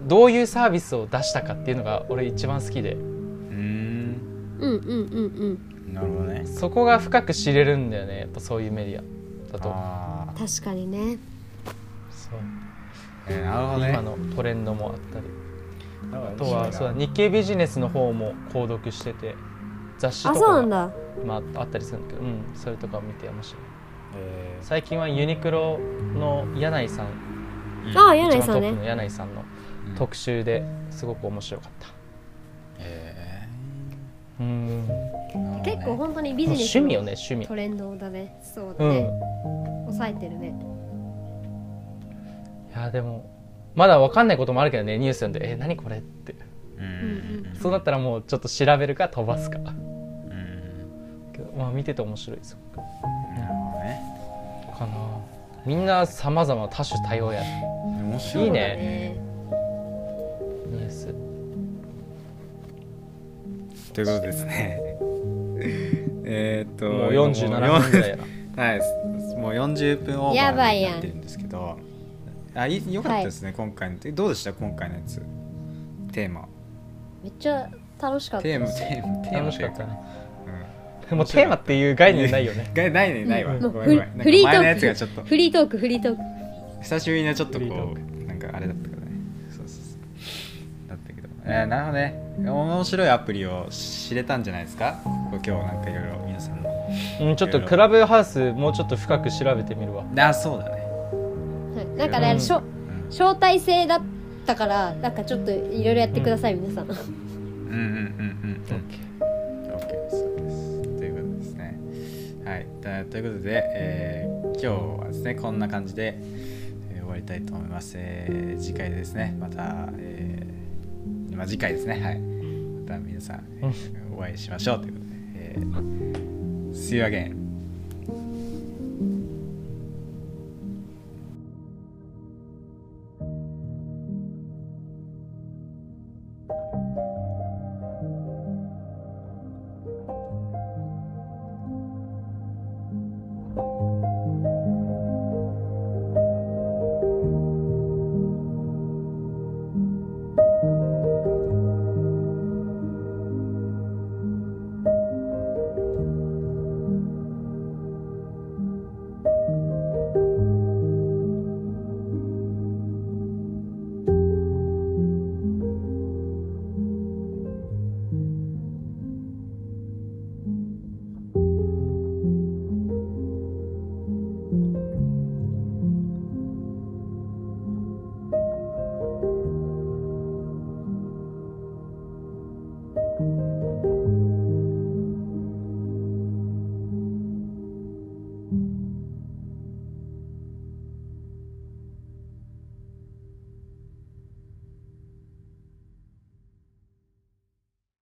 Speaker 2: どういうサービスを出したかっていうのが俺一番好きで
Speaker 1: うーん
Speaker 3: うんうんうんうん
Speaker 1: なるほどね
Speaker 2: そこが深く知れるんだよねやっぱそういうメディアだと
Speaker 1: あー
Speaker 3: 確かにね
Speaker 2: そう
Speaker 1: えーなるほどね
Speaker 2: 今のトレンドもあったり
Speaker 1: あ
Speaker 2: あとはそうだ日経ビジネスの方も購読してて雑誌と
Speaker 3: あ
Speaker 2: か
Speaker 3: そうなん
Speaker 2: が
Speaker 3: だ
Speaker 2: まあ、あったりするんだけど、うん、それとかを見て面白い
Speaker 1: え
Speaker 2: 最近はユニクロの柳井さん
Speaker 1: ー
Speaker 3: ああ
Speaker 1: うん
Speaker 3: 柳井
Speaker 2: 一番
Speaker 3: さ
Speaker 2: ト
Speaker 3: ん
Speaker 2: ップ
Speaker 3: ね
Speaker 2: の柳井さんの
Speaker 1: うん
Speaker 2: 特集ですごく面白かった
Speaker 1: え
Speaker 2: うん
Speaker 1: ーなる
Speaker 3: 結構本当にビジネス
Speaker 2: 趣味よね趣味
Speaker 3: トレンドだねそうだ
Speaker 2: うん
Speaker 3: ね、抑えてるね
Speaker 2: いやでもまだわかんないこともあるけどねニュース読んで「え何これ?」って
Speaker 1: うん
Speaker 2: そうなったらもうちょっと調べるか飛ばすか
Speaker 1: うん
Speaker 2: けどまあ見てて面白いですよ
Speaker 1: なるほどね
Speaker 2: かなみんなさまざま多種多様やね
Speaker 1: 面白い
Speaker 2: いいね
Speaker 3: そうだね
Speaker 2: ニュース
Speaker 1: ということですね えーっと
Speaker 2: もう47分ぐらいやな
Speaker 1: はい、もう40分オー
Speaker 3: やば
Speaker 1: バー
Speaker 3: い
Speaker 1: に
Speaker 3: やん
Speaker 1: なってるんですけどあいよかったですね、今回のどうでした今回のやつテーマ
Speaker 3: めっちゃ楽しかった
Speaker 1: テーマテーマテーマ
Speaker 2: 楽
Speaker 1: と
Speaker 2: し
Speaker 1: い
Speaker 2: か
Speaker 1: う
Speaker 2: ったね
Speaker 1: う
Speaker 2: もうテーマっていう概念ないよね
Speaker 1: んがないねないわ、
Speaker 3: もう
Speaker 1: ごめんごめん
Speaker 3: フリ
Speaker 1: なんか前のや
Speaker 3: ー
Speaker 1: つが
Speaker 3: ト
Speaker 1: ちょっ
Speaker 3: ー
Speaker 1: と
Speaker 3: クフリートークフリートーク
Speaker 1: 久しぶりのちょっとこ
Speaker 2: フリート
Speaker 1: うなんかあれだったからねそうそうそうだったけど、えーなるほどね面白いアプリを知れたんじゃないですかこう今日なんかいろいろ皆さんの
Speaker 2: うんちょっとクラブハウスもうちょっと深く調べてみるわ
Speaker 1: あそうだね、
Speaker 3: はいなんかね、
Speaker 2: うん
Speaker 3: しょ
Speaker 1: うん、
Speaker 3: 招待制だったからなんかちょっといろいろやってください、皆さん
Speaker 1: うんうんうんうんうん OK ですそうですということですねはいだということで、えー今日はですねこんな感じで、えー終わりたいと思います、えー次回ですねまた、えーまあ次回ですねはいまた皆さん、えーお会いしましょうということで、えー、See you again